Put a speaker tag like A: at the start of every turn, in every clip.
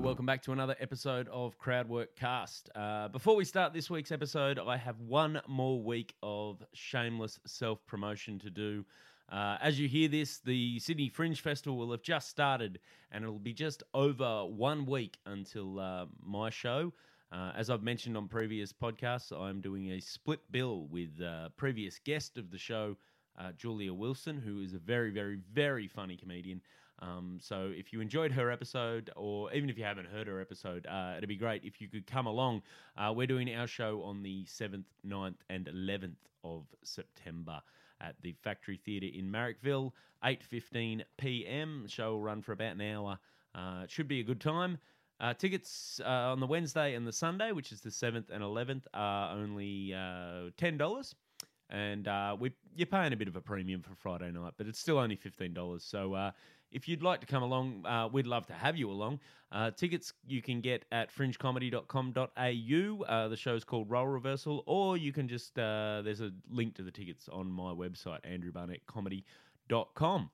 A: welcome back to another episode of Crowdwork Cast. Uh, before we start this week's episode, I have one more week of shameless self promotion to do. Uh, as you hear this, the Sydney Fringe Festival will have just started, and it'll be just over one week until uh, my show. Uh, as I've mentioned on previous podcasts, I'm doing a split bill with uh, previous guest of the show, uh, Julia Wilson, who is a very, very, very funny comedian. Um, so if you enjoyed her episode, or even if you haven't heard her episode, uh, it'd be great if you could come along. Uh, we're doing our show on the 7th, 9th, and 11th of September at the Factory Theatre in Marrickville, 8.15 p.m. The show will run for about an hour. Uh, it should be a good time. Uh, tickets uh, on the Wednesday and the Sunday, which is the 7th and 11th, are only uh, $10 and uh, we you're paying a bit of a premium for Friday night, but it's still only fifteen dollars. So uh, if you'd like to come along, uh, we'd love to have you along. Uh, tickets you can get at fringecomedy.com.au. Uh, the show's called Role Reversal, or you can just uh, there's a link to the tickets on my website andrewbarnettcomedy.com.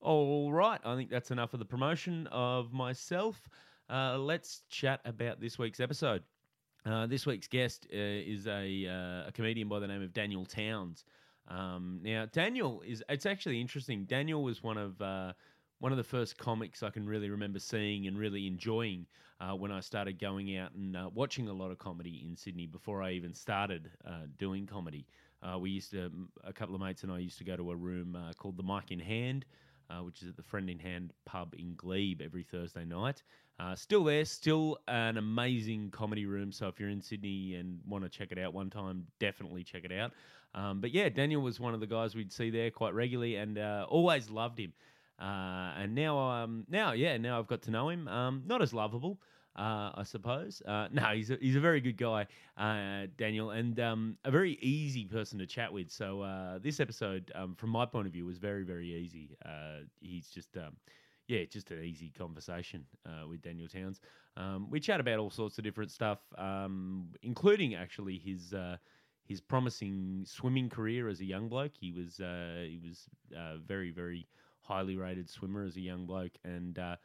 A: All right, I think that's enough of the promotion of myself. Uh, let's chat about this week's episode. Uh, this week's guest uh, is a, uh, a comedian by the name of Daniel Towns. Um, now, Daniel is it's actually interesting. Daniel was one of uh, one of the first comics I can really remember seeing and really enjoying uh, when I started going out and uh, watching a lot of comedy in Sydney before I even started uh, doing comedy. Uh, we used to a couple of mates and I used to go to a room uh, called the Mic in Hand uh, which is at the Friend in Hand pub in Glebe every Thursday night. Uh, still there, still an amazing comedy room. So if you're in Sydney and want to check it out one time, definitely check it out. Um, but yeah, Daniel was one of the guys we'd see there quite regularly and uh, always loved him. Uh, and now, um, now, yeah, now I've got to know him. Um, not as lovable, uh, I suppose. Uh, no, he's a, he's a very good guy, uh, Daniel, and um, a very easy person to chat with. So uh, this episode, um, from my point of view, was very very easy. Uh, he's just um, yeah, just an easy conversation uh, with Daniel Towns. Um, we chat about all sorts of different stuff, um, including actually his. Uh, his promising swimming career as a young bloke. He was uh, he was uh, very very highly rated swimmer as a young bloke, and uh,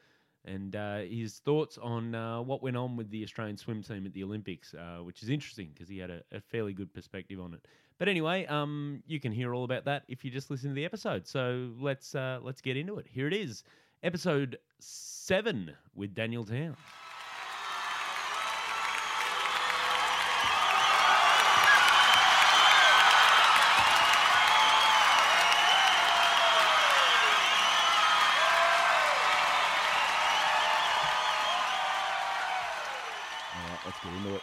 A: and uh, his thoughts on uh, what went on with the Australian swim team at the Olympics, uh, which is interesting because he had a, a fairly good perspective on it. But anyway, um, you can hear all about that if you just listen to the episode. So let's uh, let's get into it. Here it is, episode seven with Daniel Town. All right, Uh, let's get into it.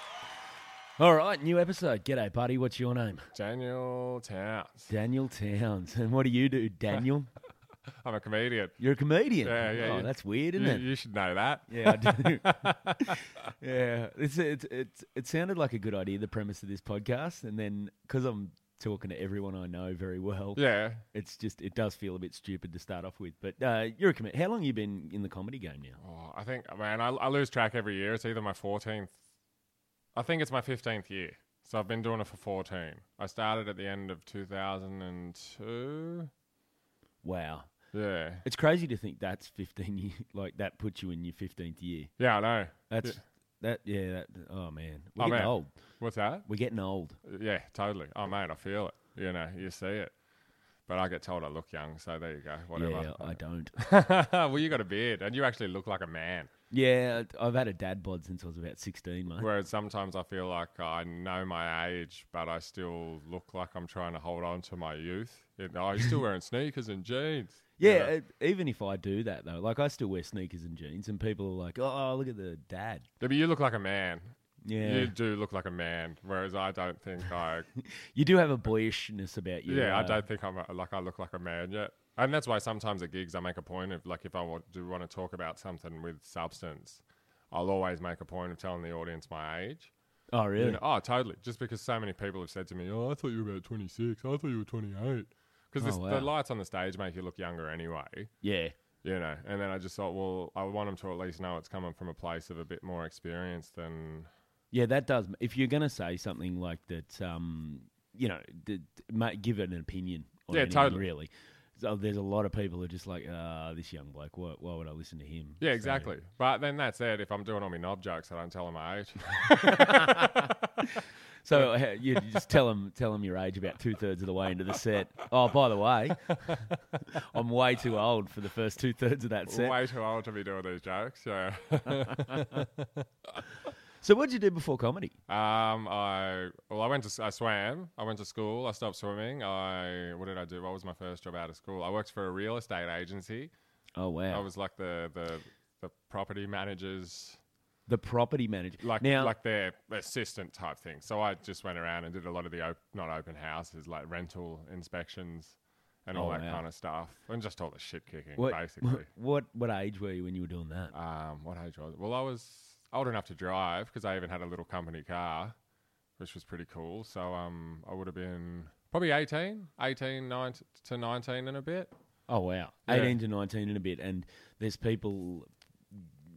A: All right, new episode. G'day, buddy. What's your name?
B: Daniel Towns.
A: Daniel Towns. And what do you do, Daniel?
B: I'm a comedian.
A: You're a comedian.
B: Yeah, yeah,
A: oh,
B: yeah.
A: that's weird, isn't
B: You,
A: it?
B: you should know that.
A: Yeah, I do. yeah, it's, it's it's it sounded like a good idea. The premise of this podcast, and then because I'm talking to everyone I know very well,
B: Yeah.
A: it's just it does feel a bit stupid to start off with. But uh, you're a commit. How long you been in the comedy game now?
B: Oh, I think, man, I, I lose track every year. It's either my 14th, I think it's my 15th year. So I've been doing it for 14. I started at the end of 2002.
A: Wow,
B: Yeah.
A: it's crazy to think that's 15 years. Like that puts you in your 15th year.
B: Yeah, I know.
A: That's
B: Yeah.
A: that. Yeah. That, oh man, we're
B: Oh,
A: getting
B: man.
A: old.
B: What's that?
A: We're getting old.
B: Yeah, totally. Oh, mate, I feel it. You know, you see it. But I get told I look young, so there you go.
A: Yeah,
B: Whatever.
A: I don't.
B: well, you got a beard, and you actually look like a man.
A: yeah, I've had a dad bod since I was about 16, mate.
B: Whereas sometimes I feel like I know my age, but I still look like I'm trying to hold on to my youth. You know, I'm still wearing sneakers and jeans. you
A: Yeah,
B: know.
A: e- even if I do that though, like I still wear sneakers and jeans, and people are like, "Oh, look at the dad."
B: Yeah, but you look like a man.
A: Yeah,
B: You
A: you,
B: do look like a man. Whereas I don't think I.
A: do have a boyishness about you.
B: yeah, I
A: uh,
B: don't think I'm a, like I look like a man yet. And that's why sometimes at gigs I make a point of like if I wa- do want to talk about something with substance, I'll always make a point of telling the audience my age.
A: Oh, really?
B: You know, oh, totally. Just because so many people have said to me, "Oh, I thought you were about twenty six. I thought you were 28.
A: Oh,
B: Because
A: wow.
B: the lights on the stage make you look younger anyway,
A: yeah,
B: you know. And then I just thought, well, I want them to at least know it's coming from a place of a bit more experience than
A: yeah, that does. If you're gonna say something like that, um, you know, d- d- ma- give it an opinion. On
B: Yeah,
A: anything,
B: totally.
A: Really, So there's a lot of people who are just like, ah, this young bloke. Why, why would I listen to him?
B: Yeah,
A: So-
B: exactly. But then that's it. If I'm doing all my knob jokes, I don't tell them my age.
A: So uh, you you just tell them tell 'em your age about two thirds of the way into the set. Oh, by the way, I'm way too old for the first two thirds of that set.
B: Way too old to be doing these jokes. Yeah.
A: So what did you do before comedy?
B: Um, I well, I went to s- I swam. I went to school. I stopped swimming. I what did I do? What was my first job out of school? I worked for a real estate agency.
A: Oh wow,
B: I was like the the the property manager's
A: the property manager.
B: like
A: now,
B: like their assistant type thing. So I just went around and did a lot of the op- not open houses, like rental inspections and all
A: Oh,
B: that
A: wow.
B: kind of stuff, and just all the shit kicking
A: what,
B: basically.
A: what what age were you when you were doing that?
B: Um, what age was it? Well, I was old enough to drive because I even had a little company car, which was pretty cool. So um, I would have been probably 18, 18 nine to 19 in a bit.
A: Oh wow,
B: Yeah.
A: eighteen to nineteen in a bit, and there's people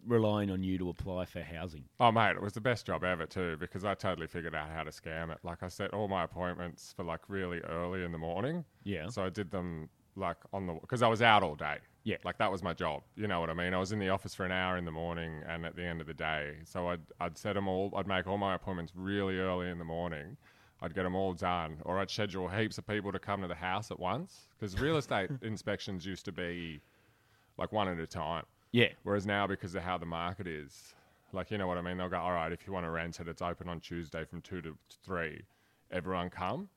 A: relying on you to apply for housing.
B: Oh, mate, it was the best job ever, too, because I totally figured out how to scam it. Like, I set all my appointments for like really early in the morning.
A: Yeah.
B: So I did them like on the because I was out all day.
A: Yeah.
B: Like that was my job. You know what I mean? I was in the office for an hour in the morning and at the end of the day. So I'd I'd set them all. I'd make all my appointments really early in the morning. I'd get them all done, or I'd schedule heaps of people to come to the house at once because real estate inspections used to be like one at a time.
A: Yeah.
B: Whereas now, because of how the market is, like, you know what I mean? They'll go, all right, if you want to rent it, it's open on Tuesday from 2 to 3. Everyone come.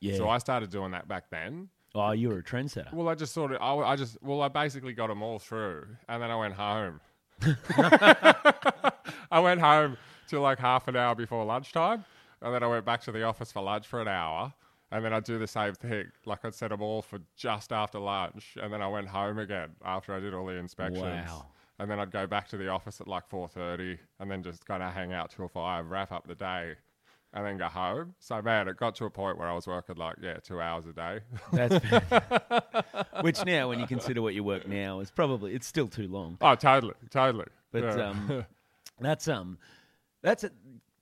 A: Yeah.
B: So I started doing that back then.
A: oh, you were a trendsetter.
B: Well, I just sort of, I, I just, well, I basically got them all through and then I went home. I went home till like half an hour before lunchtime and then I went back to the office for lunch for an hour. And then I'd do the same thing. Like I'd set them all for just after lunch and then I went home again after I did all the inspections.
A: Wow.
B: And then I'd go back to the office at like 4.30 and then just kind of hang out till 5, wrap up the day and then go home. So, man, it got to a point where I was working like, yeah, two hours a day.
A: That's which now, when you consider what you work now, is probably it's still too long.
B: Oh, totally, totally.
A: But
B: Yeah.
A: um, that's um, that's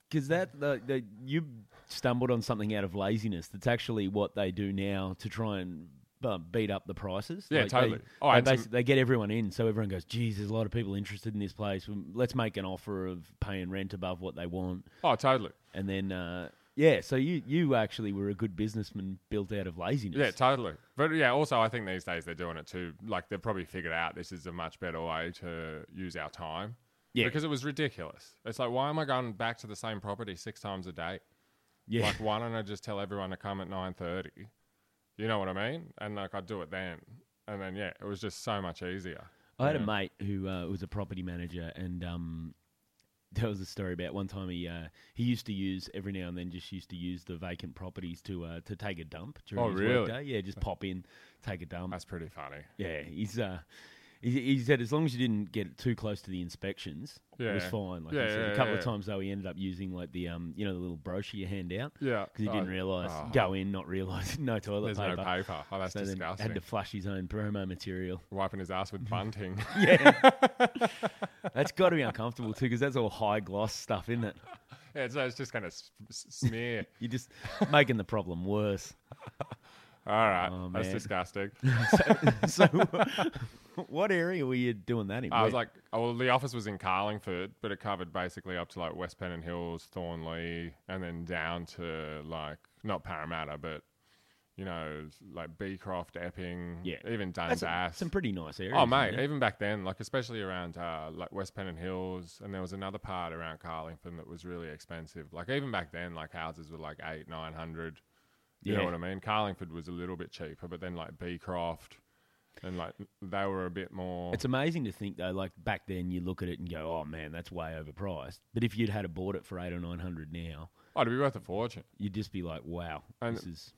A: because that the, the you stumbled on something out of laziness. That's actually what they do now to try and. Uh, beat up the prices.
B: Yeah,
A: they-
B: totally.
A: They,
B: Oh, and
A: they,
B: some-
A: basi- they get everyone in, so everyone goes. Geez, there's a lot of people interested in this place. Let's make an offer of paying rent above what they want,
B: oh, totally.
A: and then uh, yeah. So you you actually were a good businessman built out of laziness.
B: Yeah, totally. But yeah, also I think these days they're doing it too. Like they've probably figured out this is a much better way to use our time.
A: Yeah.
B: Because it was ridiculous. It's like, why am I going back to the same property six times a day?
A: yeah.
B: Like, why don't I just tell everyone to come at nine thirty? You know what I mean? And like, I do it then. And then yeah, it was just so much easier.
A: I had a
B: Yeah.
A: mate who uh, was a property manager, and um, there was a story about one time he uh, he used to use every now and then just used to use the vacant properties to uh, to take a dump during
B: Oh,
A: his
B: really?
A: workday. Yeah, just pop in, take a dump.
B: That's pretty funny.
A: Yeah, he's uh, he, he said as long as you didn't get too close to the inspections, it was
B: Yeah.
A: fine. Like he
B: Yeah,
A: said,
B: yeah,
A: a couple
B: yeah.
A: of times though, he ended up using like the um, you know, the little brochure you hand out
B: Yeah.
A: because he
B: Oh,
A: didn't realise
B: oh,
A: go in, not realise no toilet
B: There's
A: paper.
B: no paper. Oh, that's
A: so then
B: disgusting.
A: had to flush his own promo material.
B: Wiping his ass with bunting.
A: That's got to be uncomfortable too, because that's all high gloss stuff, isn't it?
B: yeah, so it's just going to s- s- smear.
A: You're just making the problem worse.
B: All right,
A: Oh,
B: that's
A: man.
B: disgusting.
A: So, what area were you doing that in?
B: I was like, oh, well, the office was in Carlingford, but it covered basically up to like West Penn and Hills, Thornley, and then down to like not Parramatta, but you know, like Beecroft, Epping,
A: Yeah.
B: even
A: That's
B: Dundas.
A: some pretty nice areas.
B: Oh
A: isn't
B: mate,
A: it?
B: even back then, like especially around uh, like West Penn and Hills, and there was another part around Carlingford that was really expensive. Like even back then, like houses were like eight, nine hundred. You
A: Yeah.
B: know what I mean? Carlingford was a little bit cheaper, but then like Beecroft, and like they were a bit more.
A: It's amazing to think though, like back then you look at it and go, "Oh man, that's way overpriced." But if you'd had a bought it for eight or nine hundred now,
B: oh, it'd be worth a fortune.
A: you'd just be like, "Wow,
B: And- uh,
A: this is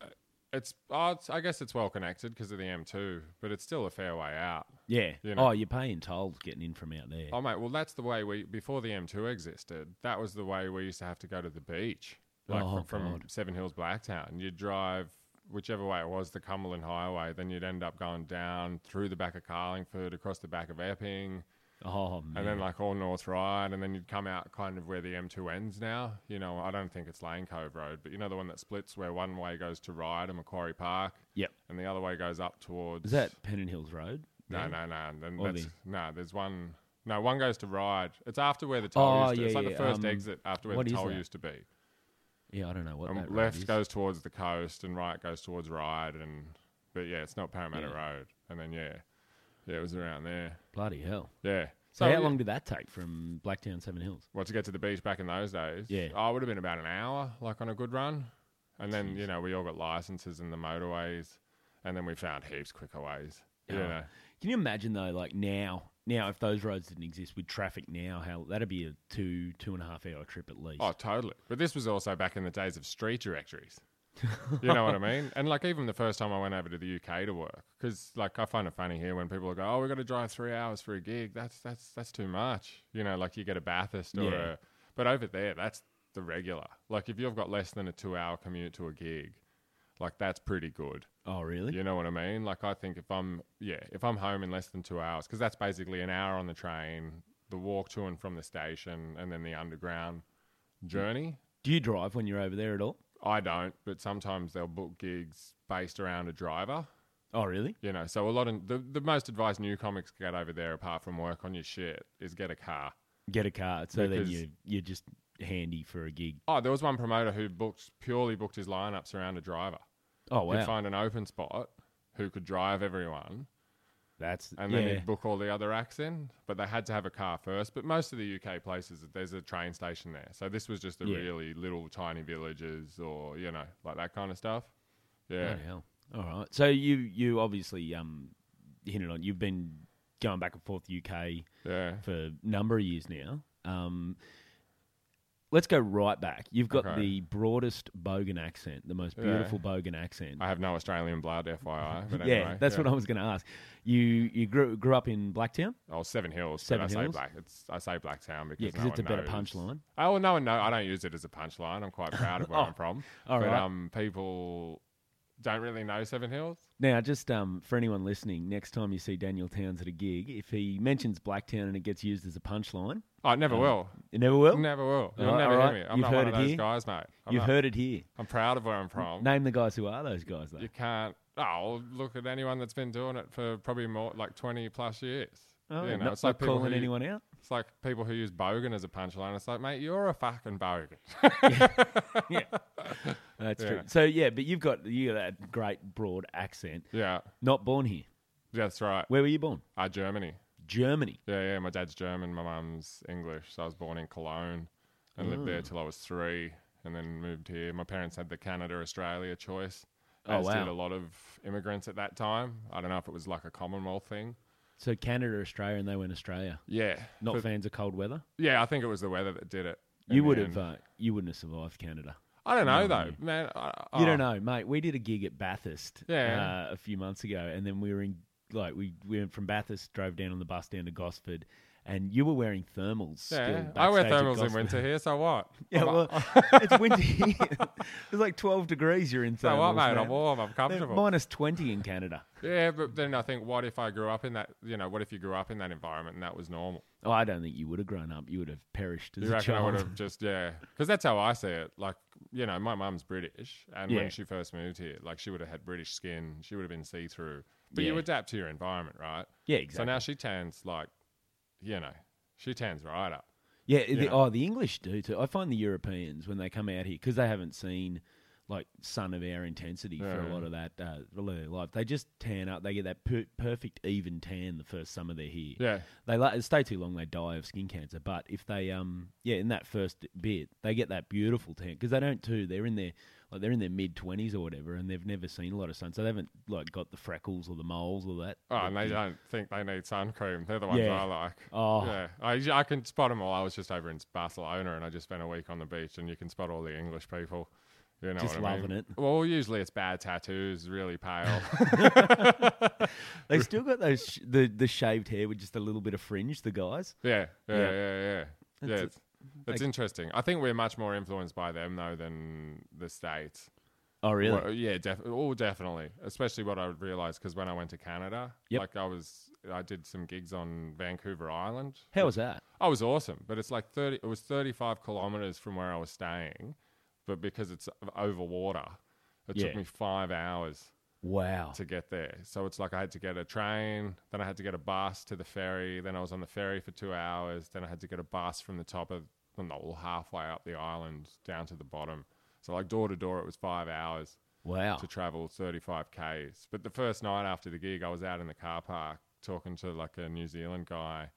B: It's, oh, it's I guess it's well connected because of the M2, but it's still a fair way out.
A: yeah."
B: you know.
A: Oh, you're paying tolls getting in from out there.
B: Oh mate, well that's the way we before the M2 existed. That was the way we used to have to go to the beach, like
A: Oh,
B: from, from
A: God.
B: Seven Hills Blacktown. You'd drive whichever way it was, the Cumberland Highway. Then you'd end up going down through the back of Carlingford, across the back of Epping,
A: Oh, man.
B: and then like all North Ride, and then you'd come out kind of where the M2 ends now. You know, I don't think it's Lane Cove Road, but you know the one that splits where one way goes to Ride and Macquarie Park,
A: Yep.
B: and the other way goes up towards.
A: Is that Pennon Hills Road?
B: No,
A: Yeah.
B: no, no. and Then
A: Or
B: that's, no, there's one. No, one goes to Ride. It's after where the toll
A: Oh,
B: used to. it's
A: yeah,
B: like
A: yeah,
B: the first
A: um,
B: exit after where
A: what
B: the
A: is
B: toll
A: that?
B: used to be.
A: Yeah, I don't know what
B: Um,
A: that road
B: left
A: is.
B: goes towards the coast and right goes towards Ride, and but yeah, it's not Parramatta Road. And then yeah, yeah, it was around there.
A: Bloody hell.
B: Yeah.
A: So, how
B: yeah.
A: long did that take from Blacktown Seven Hills?
B: Well, to get to the beach back in those days,
A: Yeah.
B: I would have been about an hour, like on a good run. And then, you know, we all got licenses in the motorways, and then we found heaps quicker ways. You
A: Yeah.
B: know,
A: Can you imagine though, like now, now if those roads didn't exist with traffic now, how that'd be a two two and a half hour trip at least.
B: oh, totally. But this was also back in the days of street directories. you know what I mean? And like, even the first time I went over to the UK to work, because like I find it funny here when people go, "Oh, we got to drive three hours for a gig. That's that's that's too much." You know, like you get a Bathurst or
A: Yeah.
B: a, but over there, that's the regular. Like, if you've got less than a two-hour commute to a gig, like that's pretty good.
A: Oh, really?
B: You know what I mean? Like I think if I'm yeah, if I'm home in less than two hours, because that's basically an hour on the train, the walk to and from the station, and then the underground journey.
A: Do you drive when you're over there at all?
B: I don't, but sometimes they'll book gigs based around a driver.
A: Oh, really?
B: You know, so a lot of the, the most advice new comics get over there, apart from work on your shit, is get a car.
A: Get a car, so then
B: Because-
A: you you're just handy for a gig.
B: Oh, there was one promoter who booked purely booked his lineups around a driver.
A: Oh
B: He'd
A: wow,
B: find an open spot who could drive everyone,
A: that's
B: and
A: yeah.
B: then he'd book all the other acts in. But they had to have a car first. But most of the UK places, there's a train station there, so this was just the
A: Yeah.
B: really little tiny villages or you know like that kind of stuff. Yeah,
A: Bloody Oh, hell. All right. So you you obviously um hinted on you've been going back and forth UK
B: yeah.
A: for a number of years now. Um, let's go right back. You've got
B: Okay.
A: the broadest Bogan accent, the most
B: Yeah.
A: beautiful Bogan accent.
B: I have no Australian blood, FYI. But
A: yeah,
B: anyway,
A: that's what I was going to ask. You you grew, grew up in Blacktown,
B: Oh, Seven Hills.
A: Seven
B: but I
A: Hills?
B: say black. It's I say Blacktown because
A: yeah, because
B: no
A: it's a
B: one
A: better
B: knows.
A: punchline.
B: Oh well, no one know. I don't use it as a punchline. I'm quite proud of where
A: Oh,
B: I'm from.
A: all
B: but
A: right.
B: um, people don't really know Seven Hills.
A: Now, just um, for anyone listening, next time you see Daniel Towns at a gig, if he mentions Blacktown and it gets used as a punchline,
B: I Oh, never
A: Um,
B: will.
A: you never will.
B: Never will. You'll
A: Uh, all
B: never
A: right.
B: hear me. I'm
A: You've
B: not one
A: heard
B: of
A: it
B: those
A: here.
B: guys, mate. I'm
A: You've
B: not- Oh.
A: heard it here.
B: I'm proud of where I'm from.
A: Name the guys who are those guys though.
B: You can't. Oh, look at anyone that's been doing it for probably more like 20 plus years.
A: Oh,
B: you know,
A: not,
B: it's like
A: not
B: people
A: calling
B: who-
A: anyone out.
B: It's like people who use bogan as a punchline. It's like, mate, you're a fucking bogan.
A: That's
B: Yeah.
A: true. So yeah, but you've got you got that great broad accent.
B: yeah,
A: Not born here.
B: that's right.
A: Where were you born?
B: Uh, Germany.
A: Germany.
B: Yeah, yeah. My dad's German, my mum's English. So I was born in Cologne and lived
A: Mm.
B: there till I was three, and then moved here. My parents had the Canada Australia choice.
A: Oh,
B: as did
A: wow.
B: a lot of immigrants at that time. I don't know if it was like a Commonwealth thing.
A: So Canada, Australia, and they went Australia.
B: Yeah,
A: Not
B: But-
A: fans of cold weather.
B: yeah. I think it was the weather that did it. in
A: You
B: the
A: would
B: end.
A: have. Uh, you wouldn't have survived Canada.
B: I don't know
A: No,
B: though,
A: you-
B: man. I,
A: You
B: oh,
A: don't know, mate. We did a gig at Bathurst
B: Yeah.
A: uh, a few months ago, and then we were in like we, we went from Bathurst, drove down on the bus down to Gosford, and you were wearing thermals.
B: Yeah,
A: still
B: I
A: backstage
B: wear
A: at
B: thermals in
A: Gosford.
B: winter here, so what?
A: Yeah,
B: I'm,
A: well, it's winter. here. it's like twelve degrees. You're in
B: so
A: thermals.
B: what, mate? I'm
A: man.
B: warm. I'm
A: They're
B: comfortable.
A: minus twenty in Canada.
B: Yeah, but then I think, what if I grew up in that? You know, what if you grew up in that environment and that was normal?
A: Oh, I don't think you would have grown up. You would have perished as
B: you
A: a
B: reckon I
A: child.
B: would have just yeah? Because that's how I see it. Like you know, my mum's British, and
A: Yeah.
B: when she first moved here, like she would have had British skin. She would have been see through. But you
A: Yeah.
B: adapt to your environment, right?
A: Yeah, exactly.
B: So now she tans like, you know, she tans right up.
A: yeah, the,
B: yeah.
A: oh, the English do too. I find the Europeans when they come out here because they haven't seen like sun of our intensity for a
B: Yeah.
A: lot of that uh, a lot of their life. They just tan up. They get that per- perfect even tan the first summer they're here.
B: Yeah,
A: They la- stay too long, they die of skin cancer. But if they um yeah, in that first bit, they get that beautiful tan because they don't too. They're in their like they're in their mid twenties or whatever, and they've never seen a lot of sun, so they haven't like got the freckles or the moles or that.
B: Oh,
A: that
B: and they
A: you-
B: don't think they need sun cream. They're the ones
A: Yeah.
B: I like.
A: Oh.
B: Yeah, I, I can spot them all. I was just over in Barcelona and I just spent a week on the beach, and you can spot all the English people. You know
A: Just
B: what I mean?
A: loving it.
B: Well, usually it's bad tattoos, really pale.
A: They still got those sh- the the shaved hair with just a little bit of fringe. The guys.
B: yeah, yeah,
A: Yeah.
B: yeah, yeah. yeah.
A: That's
B: That's,
A: it.
B: it's, that's
A: Like-
B: interesting. I think we're much more influenced by them though than the states.
A: Oh really?
B: Well, yeah, def- oh, definitely. Especially what I realized because when I went to Canada,
A: Yep.
B: like I was I did some gigs on Vancouver Island.
A: How was that?
B: Oh, it was awesome, but it's like thirty. It was thirty-five kilometers from where I was staying, but because it's over water, it took
A: Yeah.
B: me five hours
A: Wow.
B: to get there. So it's like I had to get a train, then I had to get a bus to the ferry, then I was on the ferry for two hours, then I had to get a bus from the top of from the well, halfway up the island down to the bottom. So like door to door, it was five hours
A: Wow.
B: to travel 35 k's. But the first night after the gig, I was out in the car park talking to like a New Zealand guy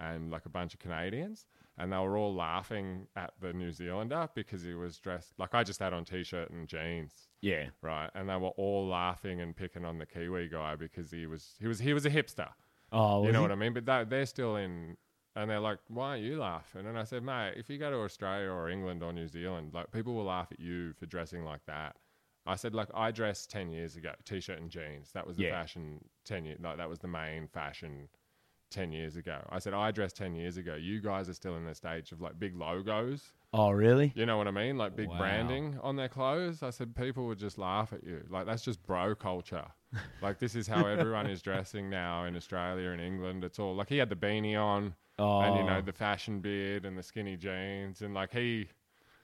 B: and like a bunch of Canadians, and they were all laughing at the New Zealander because he was dressed like I just had on t-shirt and jeans
A: Yeah.
B: right? And they were all laughing and picking on the Kiwi guy because he was he was he was a hipster.
A: Oh,
B: you know what I mean? But they, they're still in, and they're like, "Why aren't you laughing?" And I said, "Mate, if you go to Australia or England or New Zealand, like people will laugh at you for dressing like that." I said, "Like I dressed ten years ago, t-shirt and jeans. That was the
A: Yeah.
B: fashion ten years. Like that was the main fashion." 10 years ago. I said, I dressed 10 years ago. You guys are still in the stage of like big logos.
A: Oh, really?
B: You know what I mean? Like big
A: Wow.
B: branding on their clothes. I said people would just laugh at you. Like that's just bro culture. like this is how everyone is dressing now in Australia and England. It's all like he had the beanie on
A: Oh.
B: and you know the fashion beard and the skinny jeans and like he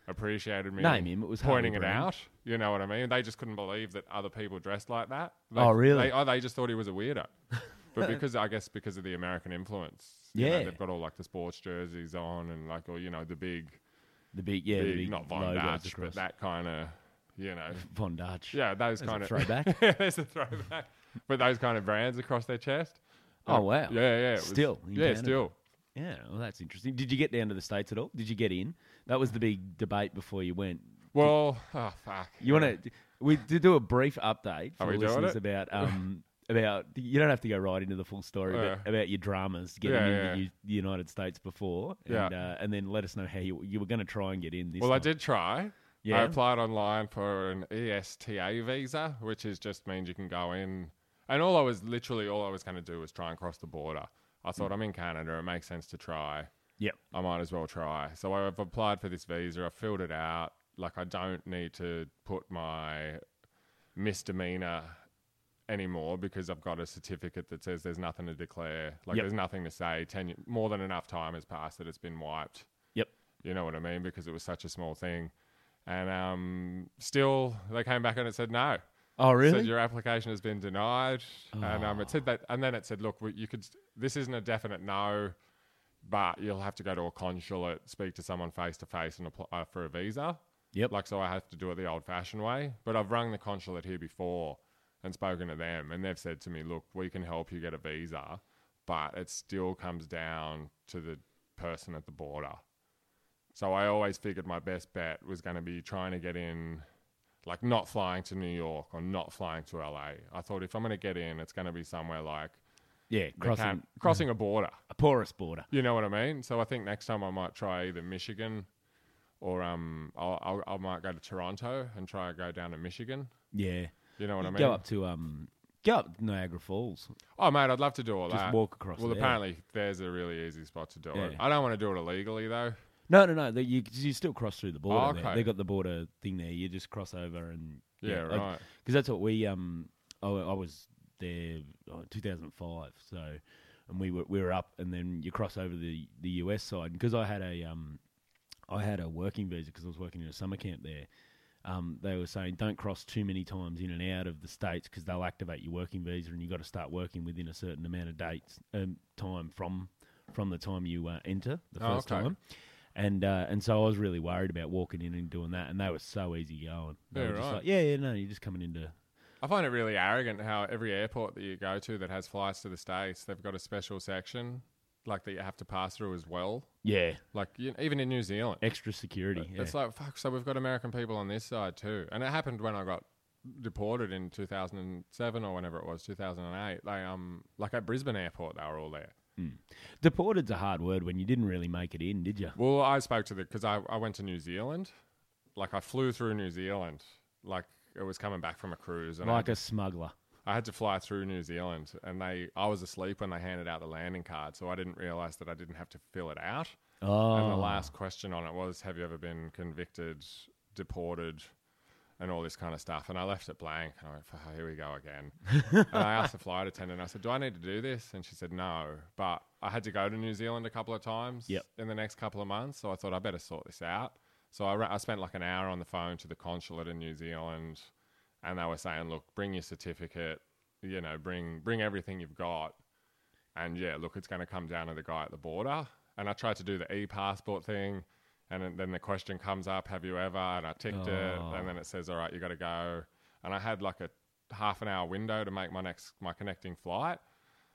B: appreciated me
A: Name him, it was
B: pointing
A: Harley
B: it
A: Brown.
B: out. You know what I mean? They just couldn't believe that other people dressed like that. They,
A: Oh, really?
B: They, oh, they just thought he was a weirdo. But because I guess because of the American influence, you know,
A: Yeah.
B: they've got all like the sports jerseys on and like all you know the big
A: the big, yeah, the
B: big,
A: big
B: not Von
A: logos
B: Dutch,
A: across.
B: but that kind of, you know,
A: Von Dutch.
B: yeah, those
A: There's a
B: kind of
A: throwback.
B: yeah, there's a throwback, but those kind of brands across their chest.
A: Oh, wow.
B: Yeah, yeah, it was-
A: Still in
B: yeah,
A: Canada.
B: still.
A: Yeah, well, that's interesting. Did you get down to the states at all? Did you get in? That was the big debate before you went.
B: Well, oh fuck.
A: You want to? We did do a brief update for
B: Are we
A: the
B: doing
A: listeners
B: it?
A: about um about you don't have to go right into the full story,
B: Yeah.
A: but about your dramas getting
B: Yeah,
A: into
B: yeah.
A: U- the United States before, and
B: Yeah.
A: uh, and then let us know how you you were going to try and get in this.
B: Well, I
A: time.
B: did try.
A: Yeah.
B: I applied online for an E ESTA visa, which is just means you can go in. And all I was literally all I was going to do was try and cross the border. I
A: Mm.
B: thought I'm in Canada. It makes sense to try.
A: Yep.
B: I might as well try. So I've applied for this visa. I filled it out. Like I don't need to put my misdemeanor anymore because I've got a certificate that says there's nothing to declare. Like
A: Yep.
B: there's nothing to say. Ten more than enough time has passed that it's been wiped.
A: Yep.
B: You know what I mean? Because it was such a small thing. And um, still, they came back and it said no.
A: Oh,
B: It
A: really?
B: Said your application has been denied, and um, it said that, and then it said, look, we- you could. This isn't a definite no, but you'll have to go to a consulate, speak to someone face to face, and apply uh, for a visa.
A: Yep.
B: Like so, I have to do it the old-fashioned way. But I've rung the consulate here before and spoken to them, and they've said to me, look, we can help you get a visa, but it still comes down to the person at the border. So I always figured my best bet was going to be trying to get in, like not flying to New York or not flying to LA. I thought if I'm going to get in, it's going to be somewhere like
A: yeah,
B: they
A: crossing
B: can't- crossing a border.
A: a porous border.
B: You know what I mean? So I think next time I might try either Michigan or um, I'll, I'll, I might go to Toronto and try and go down to Michigan.
A: Yeah,
B: You know what I mean?
A: go up to um go up Niagara Falls.
B: Oh, mate, I'd love to do all
A: Just
B: that.
A: walk across
B: Well,
A: there.
B: apparently there's a really easy spot to do it.
A: Yeah.
B: I don't want to do it illegally though.
A: No, no, no. that You you still cross through the border.
B: Oh,
A: there.
B: okay.
A: They got the border thing there. You just cross over and
B: Yeah,
A: like-
B: right.
A: Because that's what we um. I, I was there oh, 2005. So, and we were we were up, and then you cross over the the US side because I had a um, I had a working visa because I was working in a summer camp there. Um, they were saying don't cross too many times in and out of the states because they'll activate your working visa, and you got to start working within a certain amount of dates um, time from from the time you uh, enter the
B: Oh,
A: first
B: okay.
A: time. And uh, and so I was really worried about walking in and doing that, and they were so easy going. They
B: Yeah,
A: were just
B: right.
A: like, yeah, yeah, no, you're just coming into
B: I find it really arrogant how every airport that you go to that has flights to the states, they've got a special section like that you have to pass through as well.
A: yeah
B: Like you even in New Zealand,
A: extra security. Yeah.
B: it's like fuck. So we've got American people on this side too, and it happened when I got deported in 2007 or whenever it was 2008. They um like at Brisbane Airport, they were all there.
A: Deported's a hard word when you didn't really make it in, did you?
B: Well, I spoke to the because I, I went to New Zealand, like I flew through New Zealand, like it was coming back from a cruise, and I had
A: Like a smuggler.
B: I had to fly through New Zealand, and they I was asleep when they handed out the landing card, so I didn't realize that I didn't have to fill it out.
A: Oh,
B: And the last question on it was, "Have you ever been convicted, deported, and all this kind of stuff. And I left it blank. And I went, "Fuck, here we go again. and I asked the flight attendant, I said, do I need to do this? And she said, no. But I had to go to New Zealand a couple of times
A: Yep.
B: in the next couple of months. So I thought I better sort this out. So I, ra- I spent like an hour on the phone to the consulate in New Zealand. And they were saying, look, bring your certificate, you know, bring, bring everything you've got. And yeah, look, it's going to come down to the guy at the border. And I tried to do the e passport thing. And then- then the question comes up, have you ever? And I ticked it.
A: Oh.
B: And then it says, all right, you got to go. And I had like a half an hour window to make my next, my connecting flight.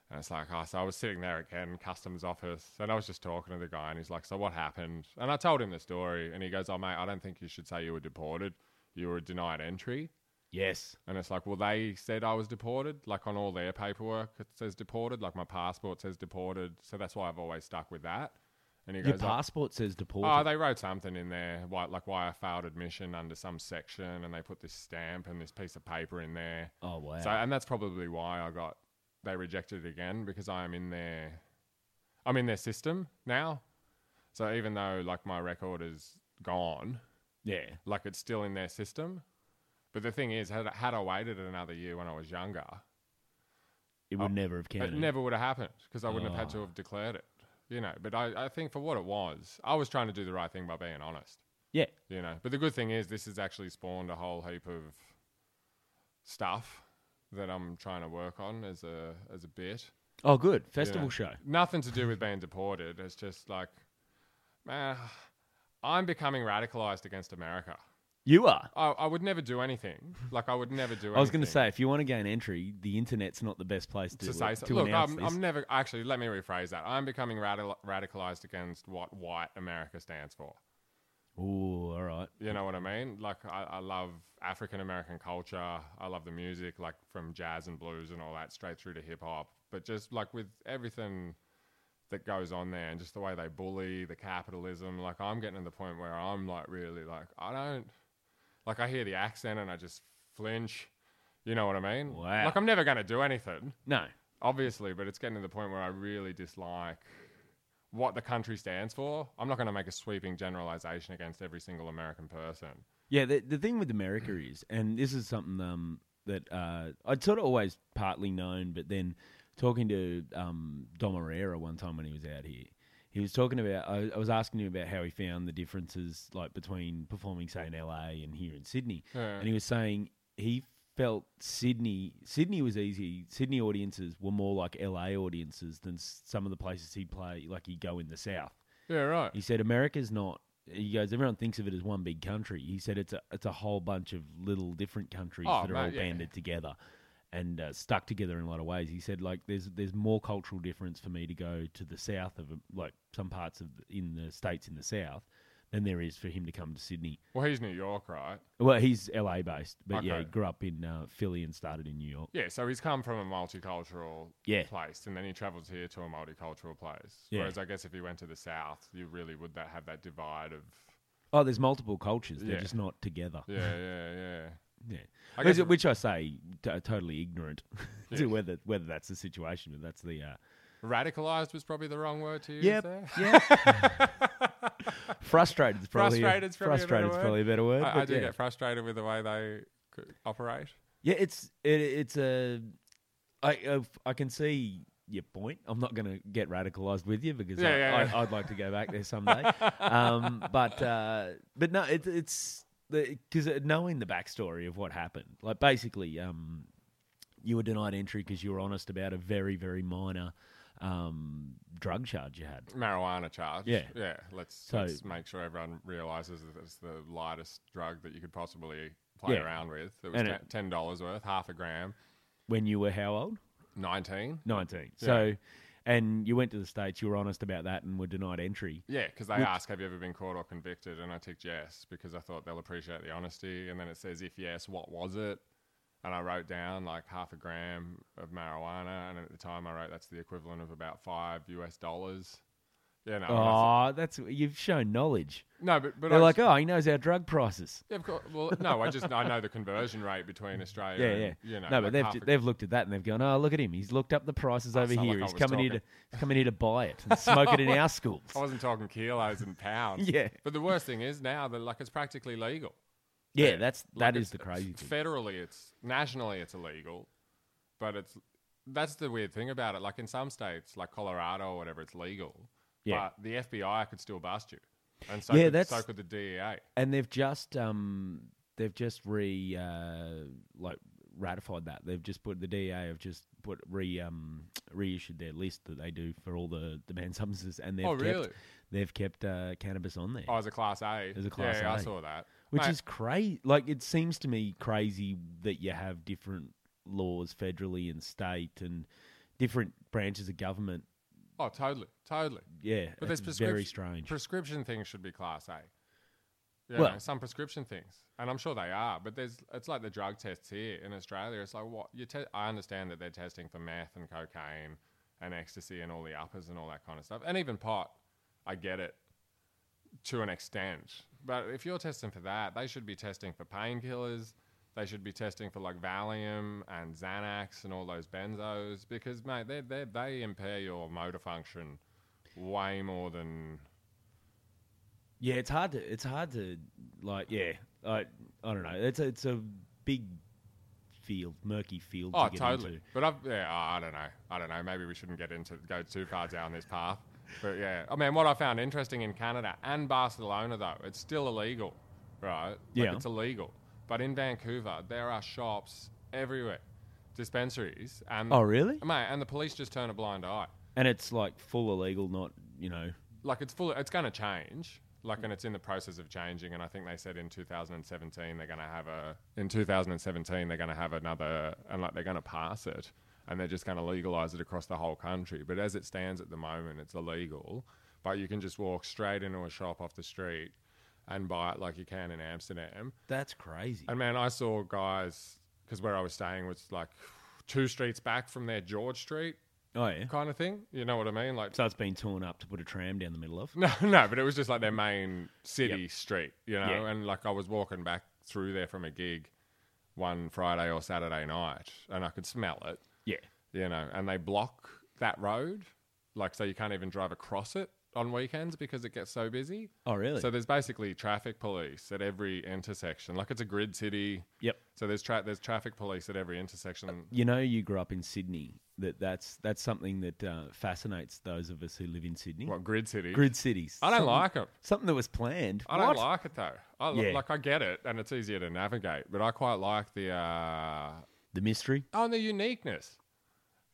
B: And it's like, oh, so I was sitting there again, customs office. And I was just talking to the guy. And he's like, so what happened? And I told him the story. And he goes, oh, mate, I don't think you should say you were deported. You were denied entry.
A: Yes.
B: And it's like, well, they said I was deported. Like on all their paperwork, it says deported. Like my passport says deported. So that's why I've always stuck with that. And he
A: Your
B: goes, "Oh,
A: passport says deported.
B: oh, they wrote something in there, why, like why I failed admission under some section, and they put this stamp and this piece of paper in there.
A: oh wow.
B: So, and that's probably why I got they rejected it again because I am in their, I'm in their system now. So even though like my record is gone,
A: yeah.
B: like it's still in their system. But the thing is, had, had I waited another year when I was younger,
A: It would never have counted.
B: it Oh, never would have happened because I wouldn't have had to
A: Oh.
B: have declared it. You know, but I, I think for what it was, I was trying to do the right thing by being honest.
A: Yeah.
B: You know, but the good thing is this has actually spawned a whole heap of stuff that I'm trying to work on as a as a bit.
A: Oh, good. Festival
B: Yeah.
A: show.
B: Nothing to do with being deported. It's just like, man, I'm becoming radicalized against America.
A: You are.
B: I, I would never do anything. Like I would never do.
A: I was going to
B: anything.
A: say, if you want to gain entry, the internet's not the best place to,
B: to say so.
A: to
B: Look,
A: announce
B: I'm,
A: this.
B: I'm never actually. Let me rephrase that. I'm becoming radical, radicalized against what white America stands for.
A: Ooh, all right.
B: You know what I mean? Like I, I love African American culture. I love the music, like from jazz and blues and all that, straight through to hip hop. But just like with everything that goes on there, and just the way they bully the capitalism. Like I'm getting to the point where I'm like really like I don't like I hear the accent and I just flinch. You know what I mean?
A: Wow.
B: Like I'm never gonna do anything
A: No.
B: obviously, but it's getting to the point where I really dislike what the country stands for. I'm not going to make a sweeping generalization against every single American person.
A: Yeah, the, the thing with America is, and this is something um, that uh, I'd sort of always partly known, but then talking to um, Dom Herrera one time when he was out here, he was talking about, I, I was asking him about how he found the differences like between performing, say, in LA and here in Sydney.
B: Yeah.
A: And he was saying he felt Sydney, Sydney was easy. Sydney audiences were more like LA audiences than s- some of the places he'd play, like he'd go in the South.
B: Yeah, right.
A: He said America's not. He goes. Everyone thinks of it as one big country. He said it's a it's a whole bunch of little different countries
B: Oh,
A: that are
B: mate,
A: all
B: yeah.
A: banded together and uh, stuck together in a lot of ways. He said like there's there's more cultural difference for me to go to the south of like some parts of the- in the states in the south than there is for him to come to Sydney.
B: Well, he's New York, right?
A: Well, he's LA based, but yeah,
B: Okay.
A: grew up in uh, Philly and started in New York.
B: Yeah, so he's come from a multicultural
A: Yeah.
B: place, and then he travels here to a multicultural place.
A: Yeah.
B: Whereas I guess if he went to the South, you really would that have that divide of
A: Oh, there's multiple cultures. They're
B: Yeah.
A: just not together.
B: yeah, yeah, yeah.
A: Yeah,
B: I
A: which,
B: guess-
A: which I say t- totally ignorant
B: Yeah.
A: to whether whether that's the situation, but that's the uh,
B: Radicalized was probably the wrong word to use.
A: Yep.
B: there.
A: frustrated is probably
B: Frustrated's probably a
A: frustrated's
B: better word.
A: probably a better word.
B: I, I
A: but
B: do
A: yeah.
B: get frustrated with the way they c- operate.
A: yeah, it's it, it's a I I've- I can see your point. I'm not going to get radicalized with you because I,
B: Yeah, yeah, yeah.
A: I, I'd like to go back there someday. um, but uh, but no, it, it's because knowing the backstory of what happened, like basically, um, you were denied entry because you were honest about a very very minor um, drug charge you had.
B: marijuana charge.
A: Yeah.
B: yeah. Let's,
A: So-
B: let's make sure everyone realizes that it's the lightest drug that you could possibly play
A: Yeah.
B: around with. It was
A: And
B: ten-
A: it-
B: ten dollars worth, half a gram,
A: When you were how old?
B: nineteen.
A: 19. So, and you went to the States, you were honest about that and were denied entry.
B: Yeah, because they
A: Which-
B: ask, "Have you ever been caught or convicted?" And I ticked yes because I thought they'll appreciate the honesty. And then it says, "If yes, what was it?" And I wrote down like half a gram of marijuana, and at the time I wrote that's the equivalent of about five US dollars. Yeah, no, that's-
A: Oh, that's, you've shown knowledge.
B: no, but but
A: They're
B: I
A: like, oh, he knows our drug prices.
B: Yeah, of course. Well, no, I just I know the conversion rate between Australia.
A: Yeah,
B: and,
A: yeah.
B: You know,
A: no,
B: like
A: but
B: half
A: they've
B: a-
A: they've looked at that and they've gone, oh, look at him. He's looked up the prices over
B: sound like
A: here.
B: I
A: he's
B: was
A: coming here to
B: talking.
A: he's coming here to buy it and smoke it in our schools.
B: I wasn't talking kilos and pounds.
A: Yeah.
B: But the worst thing is now that like it's practically legal.
A: Yeah,
B: there.
A: that's
B: Like,
A: that is
B: it's-
A: the
B: it's-
A: crazy thing.
B: Federally, it's nationally, it's illegal, but it's that's the weird thing about it. Like in some states, like Colorado or whatever, it's legal.
A: Yeah.
B: But the FBI could still bust you, and so
A: Yeah,
B: could,
A: that's-
B: so could the E DEA.
A: And they've just um they've just re uh, like ratified that. They've just put the DEA have just put re um reissued their list that they do for all the the banned substances, and they've
B: Oh, really?
A: kept they've kept uh, cannabis on there.
B: Oh, as a class A.
A: As a Class
B: yeah, I
A: A.
B: saw that.
A: Which
B: Mate,
A: is crazy. Like it seems to me crazy that you have different laws federally and state and different branches of government.
B: oh, totally, totally.
A: Yeah,
B: But
A: it's
B: there's
A: very
B: prescription-
A: strange.
B: Prescription things should be class A. Yeah,
A: Well-
B: some prescription things, and I'm sure they are. But there's, it's like the drug tests here in Australia. It's like what you. Te- I understand that they're testing for meth and cocaine and ecstasy and all the uppers and all that kind of stuff, and even pot. I get it to an extent, but if you're testing for that, they should be testing for painkillers. They should be testing for like Valium and Xanax and all those benzos because mate, they they they impair your motor function way more than
A: yeah, it's hard to it's hard to like yeah. I I don't know. It's a, it's a big field, murky field.
B: Oh,
A: to get
B: totally.
A: Into.
B: But I've, yeah, oh, I don't know. I don't know. Maybe we shouldn't get into go too far down this path. But yeah, I mean, what I found interesting in Canada and Barcelona though, it's still illegal, right? Like,
A: Yeah.
B: it's illegal. But in Vancouver, there are shops everywhere, dispensaries, and
A: Oh, really?
B: mate, and the police just turn a blind eye.
A: And it's like full illegal, not you know.
B: Like it's full. It's going to change. Like, and it's in the process of changing. And I think they said in 2017 they're going to have a. In 2017 they're going to have another, and like they're going to pass it, and they're just going to legalize it across the whole country. But as it stands at the moment, it's illegal. But you can just walk straight into a shop off the street and buy it like you can in Amsterdam.
A: That's crazy.
B: And man, I saw guys because where I was staying was like two streets back from their George Street
A: Oh yeah.
B: kind of thing. You know what I mean? Like
A: So it's been torn up to put a tram down the middle of.
B: no, no, but it was just like their main city street, you know.
A: Yeah.
B: And like I was walking back through there from a gig one Friday or Saturday night, and I could smell it,
A: Yeah.
B: you know. And they block that road, like so you can't even drive across it on weekends because it gets so busy.
A: Oh really?
B: So there's basically traffic police at every intersection. Like it's a grid city,
A: yep.
B: so there's tra- there's traffic police at every intersection.
A: you know you grew up in Sydney. That that's that's something that uh, fascinates those of us who live in Sydney.
B: What grid city?
A: Grid cities.
B: I don't
A: Something-
B: like it.
A: something that was planned.
B: I
A: What?
B: don't like it though. I li-
A: Yeah.
B: like I get it, and it's easier to navigate. But I quite like the uh,
A: the mystery.
B: oh, and the uniqueness.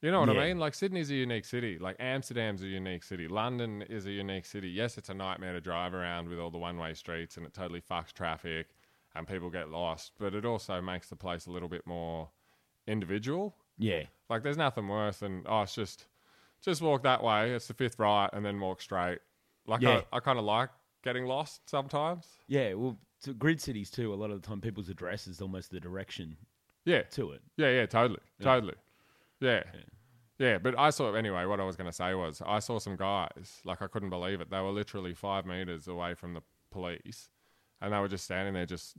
B: You know what
A: Yeah.
B: I mean? Like Sydney's a unique city. Like Amsterdam's a unique city. London is a unique city. Yes, it's a nightmare to drive around with all the one-way streets, and it totally fucks traffic, and people get lost. But it also makes the place a little bit more individual.
A: Yeah,
B: Like there's nothing worse than oh, it's just just walk that way. It's the fifth right, and then walk straight. Like
A: Yeah.
B: I, I kind of like getting lost sometimes.
A: yeah. Well, to grid cities too. A lot of the time, people's address is almost the direction
B: Yeah,
A: to it.
B: Yeah, yeah, totally, totally. Yeah. yeah. but I saw anyway. What I was going to say was, I saw some guys like I couldn't believe it. They were literally five meters away from the police, and they were just standing there, just,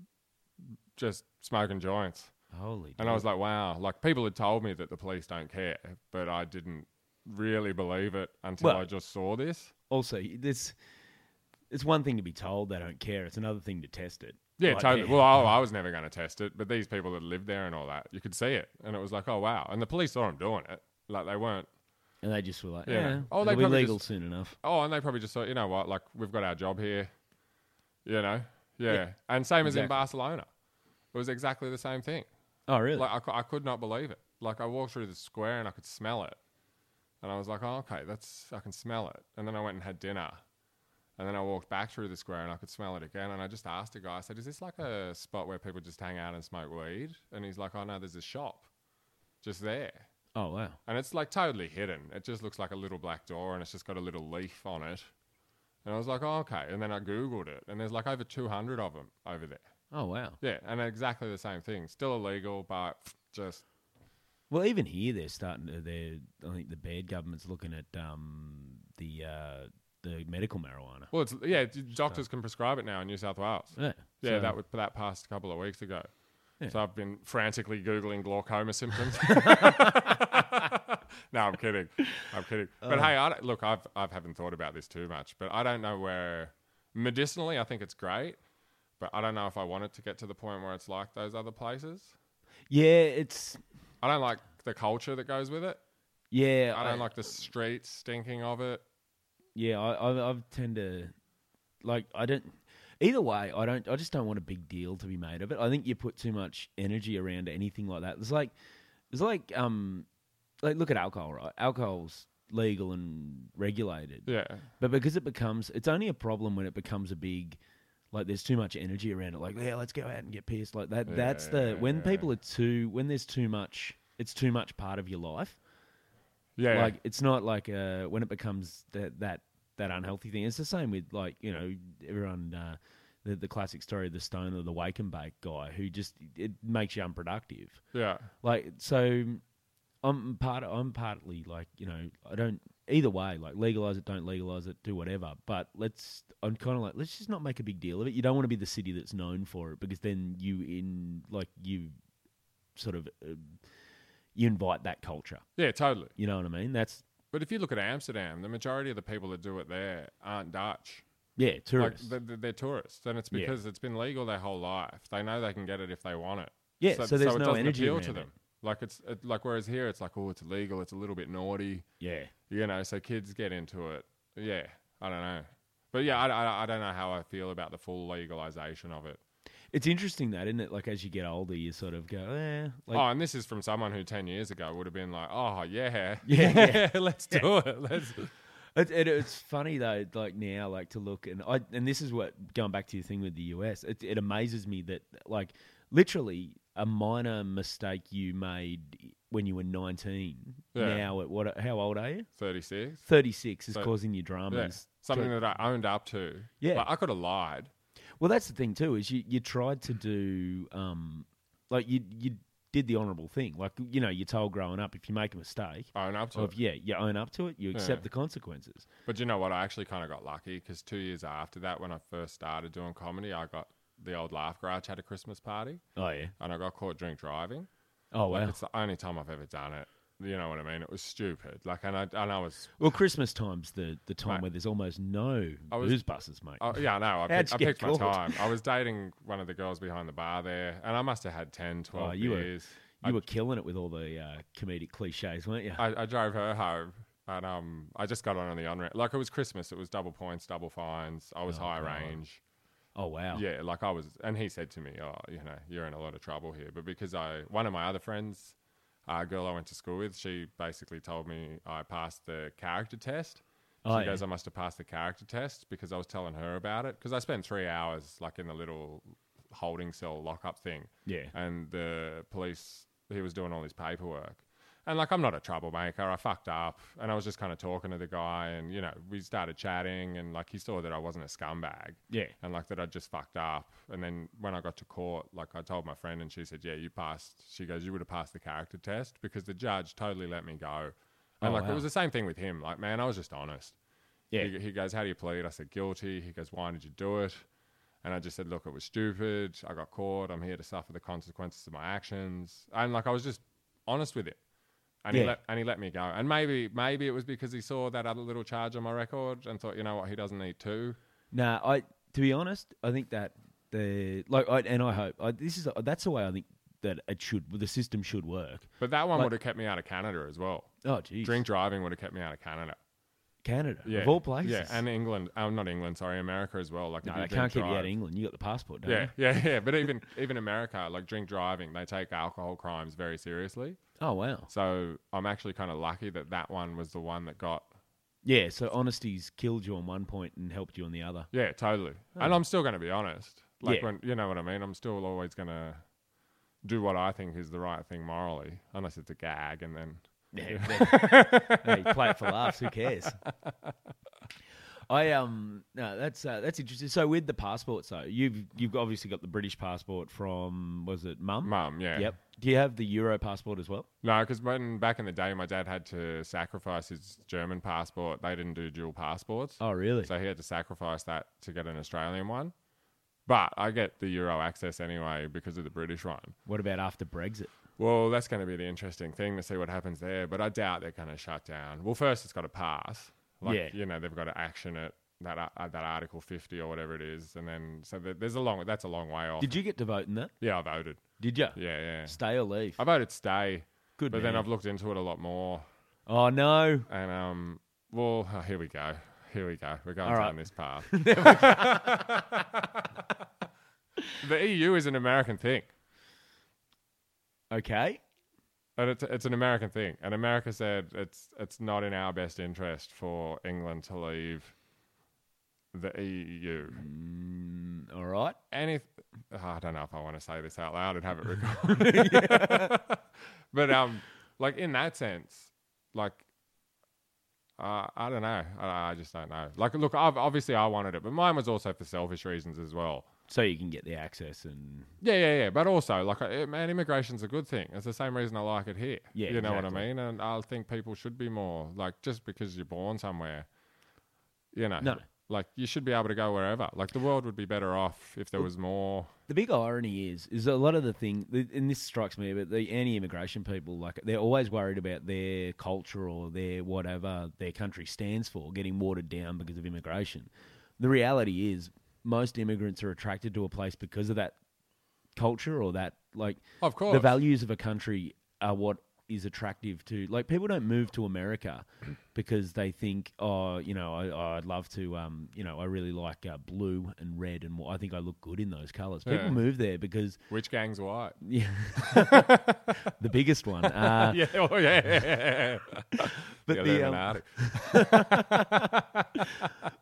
B: just smoking joints.
A: Holy.
B: And I was like, wow. Like people had told me that the police don't care, but I didn't really believe it until
A: Well-
B: I just saw this.
A: also, this it's one thing to be told they don't care. It's another thing to test it.
B: Yeah,
A: Like,
B: totally.
A: yeah.
B: Well, I, I was never going to test it, but these people that lived there and all that, you could see it, and it was like, oh wow. And the police saw them doing it. Like they weren't
A: and they just were like,
B: Yeah.
A: yeah,
B: Oh,
A: oh,
B: they
A: they'll be
B: probably
A: legal
B: just-
A: soon enough.
B: Oh, and they probably just thought, you know what, like we've got our job here, you know, yeah.
A: Yeah.
B: And same as in
A: Exactly.
B: Barcelona, it was exactly the same thing.
A: Oh, really?
B: Like I, cou- I could not believe it. Like I walked through the square and I could smell it, and I was like, oh, okay, that's I can smell it. And then I went and had dinner, and then I walked back through the square and I could smell it again. And I just asked a guy, I said, is this like a spot where people just hang out and smoke weed? And he's like, oh no, there's a shop, just there.
A: oh, wow.
B: And it's like totally hidden. It just looks like a little black door and it's just got a little leaf on it. And I was like, oh, okay. And then I Googled it and there's like over 200 of them over there.
A: Oh, wow.
B: Yeah. And exactly the same thing. Still illegal, but just,
A: Well, even here they're starting to. They're I think the bad government's looking at um, the uh, the medical marijuana.
B: well, it's, yeah, d- doctors can prescribe it now in New South Wales.
A: Yeah,
B: Yeah,
A: So-
B: that, would, that passed a couple of weeks ago.
A: Yeah.
B: So I've been frantically Googling glaucoma symptoms. no, I'm kidding. I'm kidding. But
A: Uh.
B: hey, I don't, look, I've I haven't thought about this too much, but I don't know where medicinally I think it's great, But I don't know if I want it to get to the point where it's like those other places.
A: Yeah, it's
B: I don't like the culture that goes with it.
A: yeah.
B: I don't like the streets stinking of it.
A: Yeah, I, I I tend to like I don't. Either way, I don't. I just don't want a big deal to be made of it. I think you put too much energy around anything like that. It's like it's like um like look at alcohol, right? Alcohol's legal and regulated,
B: Yeah.
A: but because it becomes, it's only a problem when it becomes a big. Like there's too much energy around it. Like yeah, let's go out and get pissed. Like that.
B: Yeah,
A: that's the
B: yeah,
A: when
B: yeah.
A: people are too when there's too much. It's too much part of your life.
B: Yeah. yeah.
A: Like it's not like uh, when it becomes that that that unhealthy thing. It's the same with like you know everyone uh, the the classic story of the stone or the wake and bake guy who just it makes you unproductive.
B: yeah.
A: Like so, I'm part I'm partly like you know I don't either way like legalize it don't legalize it do whatever but let's i'm kind of like let's just not make a big deal of it you don't want to be the city that's known for it because then you in like you sort of uh, you invite that culture
B: Yeah, totally.
A: you know what i mean that's
B: But if you look at Amsterdam, the majority of the people that do it there aren't Dutch.
A: Yeah, tourists.
B: Like they're, they're tourists, and it's
A: Yeah.
B: because it's been legal their whole life. They know they can get it if they want it.
A: yeah, so, there's no
B: it doesn't
A: energy
B: appeal
A: around
B: to
A: it.
B: them. Like it's it, like whereas here it's like oh it's illegal, it's a little bit naughty,
A: Yeah,
B: you know. So kids get into it. Yeah, I don't know, but yeah, I, I, I don't know how I feel about the full legalization of it.
A: it's interesting that, isn't it? Like as you get older, you sort of go, eh, like
B: oh, and this is from someone who ten years ago would have been like, oh yeah,
A: Yeah, yeah.
B: let's do it. Let's. Oh.
A: It, it, it's funny though, like now, like to look and I and this is what going back to your thing with the US. It, it amazes me that like literally a minor mistake you made when you were nineteen.
B: Yeah.
A: Now at what? How old are you?
B: 36.
A: Thirty six is
B: So-
A: causing you
B: Yeah.
A: dramas.
B: Something that I owned up to.
A: Yeah.
B: Like, I could have lied.
A: Well, that's the thing too is you you tried to do um like you you did the honourable thing. Like you know you're told growing up if you make a mistake.
B: Own up to
A: Or
B: it.
A: if, yeah, you own up to it, you accept
B: Yeah.
A: the consequences.
B: But you know what? I actually kind of got lucky because two years after that, when I first started doing comedy, I got the old Laugh Garage had a Christmas party
A: Oh yeah.
B: and I got caught drink driving.
A: Oh
B: Like,
A: wow.
B: it's the only time I've ever done it. You know what I mean? It was stupid. Like, and I, and I was,
A: well, Christmas time's the the time
B: Mate.
A: where there's almost no
B: I was-
A: booze buses, mate.
B: oh, yeah, I know. I,
A: How'd
B: picked,
A: you
B: I
A: get
B: picked my
A: caught?
B: time. I was dating one of the girls behind the bar there and I must have had 10, 12
A: Oh, you were-
B: years.
A: you were killing it with all the uh, comedic cliches, weren't you?
B: I, I drove her home and um, I just got on on the on ramp. Like, it was Christmas. It was double points, double fines. I was
A: Oh,
B: high
A: God.
B: range.
A: oh wow.
B: Yeah, like I was, and he said to me, "Oh, you know, you're in a lot of trouble here." But because I, one of my other friends, a girl I went to school with, she basically told me I passed the character test. She
A: Oh, yeah.
B: goes, "I must have passed the character test because I was telling her about it because I spent three hours like in the little holding cell lockup thing,
A: Yeah.
B: and the police he was doing all his paperwork." And like I'm not a troublemaker, I fucked up, and I was just kind of talking to the guy, and you know we started chatting, and like he saw that I wasn't a scumbag,
A: Yeah.
B: and like that I just fucked up. And then when I got to court, like I told my friend, and she said, "Yeah, you passed." She goes, "You would have passed the character test because the judge totally let me go." And
A: Oh,
B: like
A: wow.
B: it was the same thing with him. Like, man, I was just honest.
A: Yeah.
B: He, he goes, "How do you plead?" I said, "Guilty." He goes, "Why did you do it?" And I just said, "Look, it was stupid. I got caught. I'm here to suffer the consequences of my actions." And like I was just honest with it. And he
A: Yeah.
B: let and he let me go. And maybe maybe it was because he saw that other little charge on my record and thought, you know what, he doesn't need two.
A: Nah, I to be honest, I think that the like, I, and I hope I, this is that's the way I think that it should the system should work.
B: But that one
A: Like-
B: would have kept me out of Canada as well.
A: Oh, geez,
B: Drink driving would have kept me out of Canada.
A: Canada
B: Yeah.
A: of all places.
B: Yeah, and England. Um, not England, sorry, America as well. Like
A: no,
B: if you
A: they
B: drink
A: can't keep you out
B: drive-
A: of England. You got the passport, don't
B: Yeah,
A: you?
B: yeah, yeah. But even even America, like drink driving, they take alcohol crimes very seriously.
A: Oh wow.
B: So I'm actually kind of lucky that that one was the one that got.
A: Yeah, so honesty's killed you on one point and helped you on the other.
B: Yeah, totally. And I'm still going to be honest.
A: Oh.
B: Like
A: Yeah.
B: when you know what I mean. I'm still always going to do what I think is the right thing morally, unless it's a gag, and then
A: Yeah. hey, play it for laughs. Who cares? I um no, that's uh, that's interesting. So with the passports, though, you've you've obviously got the British passport from was it mum?
B: mum. Yeah.
A: Yep. Do you have the Euro passport as well?
B: No, because when back in the day, my dad had to sacrifice his German passport. They didn't do dual passports,
A: Oh, really?
B: so he had to sacrifice that to get an Australian one. But I get the Euro access anyway because of the British one.
A: What about after Brexit?
B: Well, that's going to be the interesting thing to see what happens there. But I doubt they're going to shut down. Well, first it's got to pass. Like,
A: Yeah.
B: You know, they've got to action it. that ar- uh, that Article 50 or whatever it is, and then so there- there's a long that's a long way off.
A: Did you get to vote in that?
B: yeah, I voted.
A: Did you?
B: Oh. Yeah, yeah.
A: Stay or leave?
B: I voted stay,
A: Good
B: but then
A: man.
B: I've looked into it a lot more,
A: oh no.
B: and um, well, oh, here we go, here we go. We're going
A: All right.
B: down this path. the EU is an American thing.
A: Okay.
B: And it's, it's an American thing. And America said it's it's not in our best interest for England to leave the E EU.
A: Mm, all right.
B: And if I don't know if I want to say this out loud and have it recorded, but um, like in that sense, like uh, I don't know, I, I just don't know. Like, look, I've, obviously I wanted it, but mine was also for selfish reasons as well.
A: So you can get the access and
B: Yeah, yeah, yeah. But also, like, I- man, immigration's a good thing. It's the same reason I like it here.
A: Yeah,
B: you know what I
A: exactly.
B: mean. And I think people should be more like just because you're born somewhere, you know,
A: No.
B: like you should be able to go wherever. Like the world would be better off if there was more.
A: the big irony is is a lot of the thing and this strikes me but the anti-immigration people like they're always worried about their culture or their whatever their country stands for getting watered down because of immigration the reality is most immigrants are attracted to a place because of that culture or that like
B: Of course.
A: the values of a country are what is attractive to like people don't move to America because they think oh you know I, I'd love to um you know I really like uh, blue and red and wh- I think I look good in those colors people
B: Yeah.
A: move there because
B: Which gang's white?
A: yeah, the biggest one uh,
B: yeah, oh yeah.
A: but the
B: yeah, they're
A: um,
B: Arctic.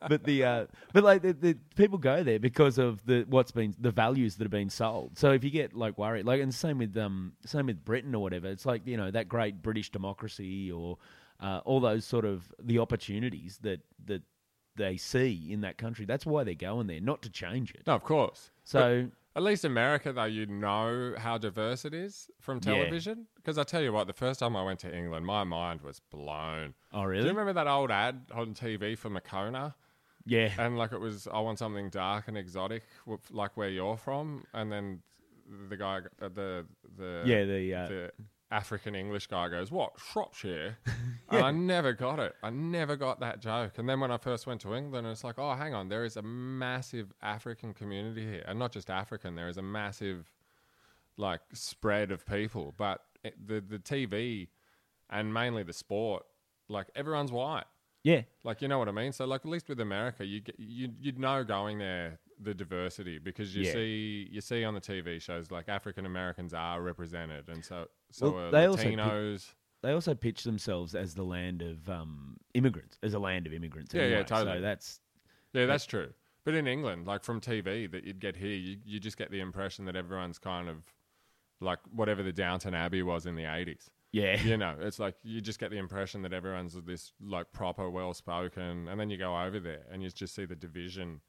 A: but the uh, but like the, the people go there because of the what's been the values that have been sold. So if you get like worried, like and same with um same with Britain or whatever, it's like you know that great British democracy or uh, all those sort of the opportunities that that they see in that country. That's why they're going there, not to change it.
B: No, of course.
A: So
B: At least America, though, you know how diverse it is from
A: Yeah.
B: television. Because I tell you what, the first time I went to England, my mind was blown.
A: oh
B: Do you
A: really?
B: remember that old ad on TV for Makona?
A: Yeah.
B: And like it was, I want something dark and exotic, w- like where you're from. And then the guy, uh, the the
A: Yeah, the, uh,
B: the African English guy goes, "What Shropshire?" And I never got it. I never got that joke. And then when I first went to England, it's like, oh, hang on, there is a massive African community here, and not just African. There is a massive like spread of people, but it, the the TV and mainly the sport, like everyone's white.
A: Yeah.
B: Like you know what I mean. So like at least with America, you get, you you'd know going there the diversity because you
A: Yeah.
B: see you see on the TV shows like African Americans are represented, and so so
A: Well,
B: are
A: they also pick-
B: Latinos.
A: They also pitch themselves as the land of um, immigrants, as a land of immigrants.
B: Yeah, yeah,
A: anyway.
B: totally.
A: So that's
B: yeah, that's true. But in England, like from TV that you'd get here, you, you just get the impression that everyone's kind of like whatever the Downton Abbey was in the eighties.
A: yeah.
B: you know, it's like you just get the impression that everyone's this like proper, well spoken, and then you go over there and you just see the division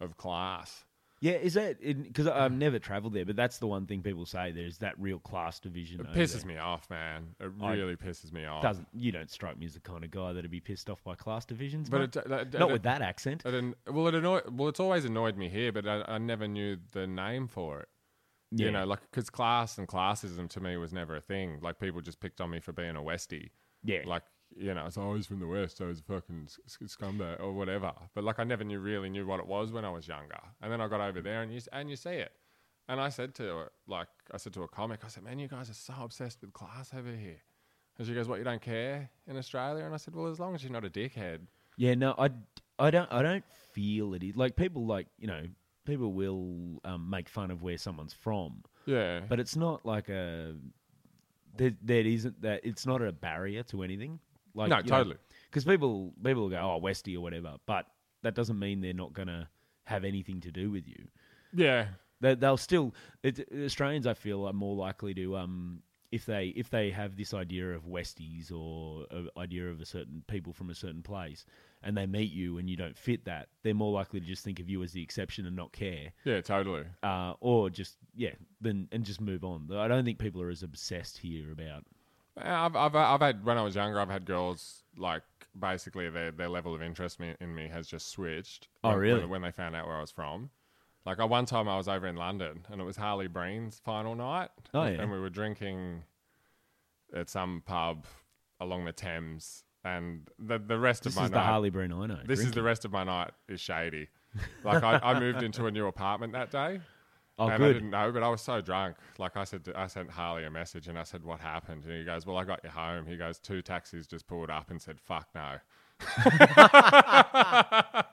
B: of class.
A: Yeah, is that because I've never travelled there? But that's the one thing people say. There's that real class division.
B: It
A: over
B: pisses
A: there.
B: me off, man. It
A: I-
B: really pisses me off.
A: Doesn't you don't strike me as the kind of guy that'd be pissed off by class divisions?
B: But
A: But
B: it, that,
A: not
B: it-
A: with that accent.
B: It, an- well, it annoy, well, it's always annoyed me here, but I, I never knew the name for it.
A: Yeah.
B: You know, like because class and classism to me was never a thing. Like people just picked on me for being a Westie.
A: yeah,
B: Like you know, it's oh, he's from the West, so he's a fucking sc- sc- scumbag or whatever. But like I never knew really knew what it was when I was younger, and then I got over there and you s- and you see it. And I said to it, like I said to a comic, I said, "Man, you guys are so obsessed with class over here." And she goes, "What? You don't care in Australia?" And I said, "Well, as long as you're not a dickhead."
A: yeah. No, I, I don't, I don't feel it. is- Like people, like you know, people will um, make fun of where someone's from,
B: Yeah.
A: but it's not like a there, there isn't that. It's not a barrier to anything. Like
B: No, totally.
A: Because people, people will go, oh, Westie or whatever, but that doesn't mean they're not gonna have anything to do with you.
B: Yeah.
A: They, they'll still it, Australians. I feel are more likely to um if they if they have this idea of Westies or a idea of a certain people from a certain place, and they meet you and you don't fit that, they're more likely to just think of you as the exception and not care,
B: Yeah, totally.
A: uh, or just yeah, then and just move on. I don't think people are as obsessed here about
B: I've, I've, I've had, when I was younger, I've had girls, like, basically their, their level of interest me, in me has just switched.
A: Oh,
B: when-
A: really?
B: When, when they found out where I was from. Like, I, one time I was over in London and it was Harley Breen's final night.
A: Oh,
B: and,
A: yeah.
B: and we were drinking at some pub along the Thames and the the rest
A: This
B: of my
A: is the
B: night,
A: Harley Breen I know.
B: this is the rest of my night is shady. Like I, I moved into a new apartment that day,
A: oh,
B: and I
A: good.
B: didn't know, but I was so drunk. Like I said, I sent Harley a message and I said, "What happened?" And he goes, "Well, I got you home." He goes, two taxis just pulled up and said, "Fuck no." and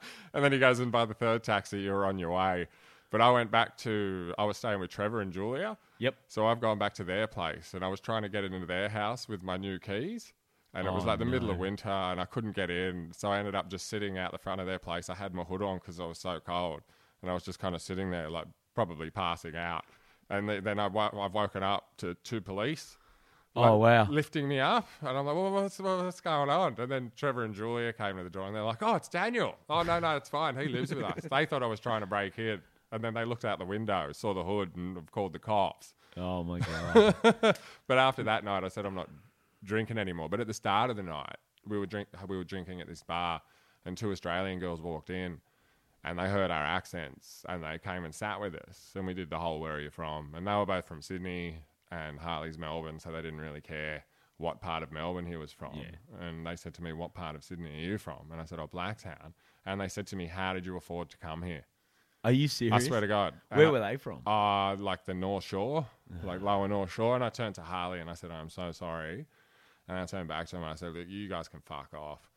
B: then he goes, "And by the third taxi, you were on your way." But I went back to I was staying with Trevor and Julia,
A: Yep.
B: so I've gone back to their place and I was trying to get into their house with my new keys. And it was
A: Oh,
B: like the middle of winter and I couldn't get in. So I ended up just sitting out the front of their place. I had my hood on because I was so cold. And I was just kind of sitting there, like probably passing out. And th- then I wo- I've woken up to two police
A: Oh, wow.
B: lifting me up. And I'm like, well, what's, what's going on? And then Trevor and Julia came to the door and they're like, oh, it's Daniel. Oh, no, no, it's fine. He lives with us. They thought I was trying to break in. And then they looked out the window, saw the hood, and called the cops.
A: Oh my god.
B: But after that night, I said I'm not drinking anymore. But at the start of the night, we were drink we were drinking at this bar, and two Australian girls walked in, and they heard our accents, and they came and sat with us, and we did the whole "Where are you from?" and they were both from Sydney, and Harley's Melbourne, so they didn't really care what part of Melbourne he was from. And they said to me, "What part of Sydney are you from?" And I said, "Oh, Blacktown." And they said to me, "How did you afford to come here?"
A: Are you serious?
B: I swear to God. And
A: Where
B: I-
A: were they from?
B: uh, like the North Shore, like lower North Shore. And I turned to Harley and I said, I'm so sorry. And I turned back to him and I said, Look, you guys can fuck off.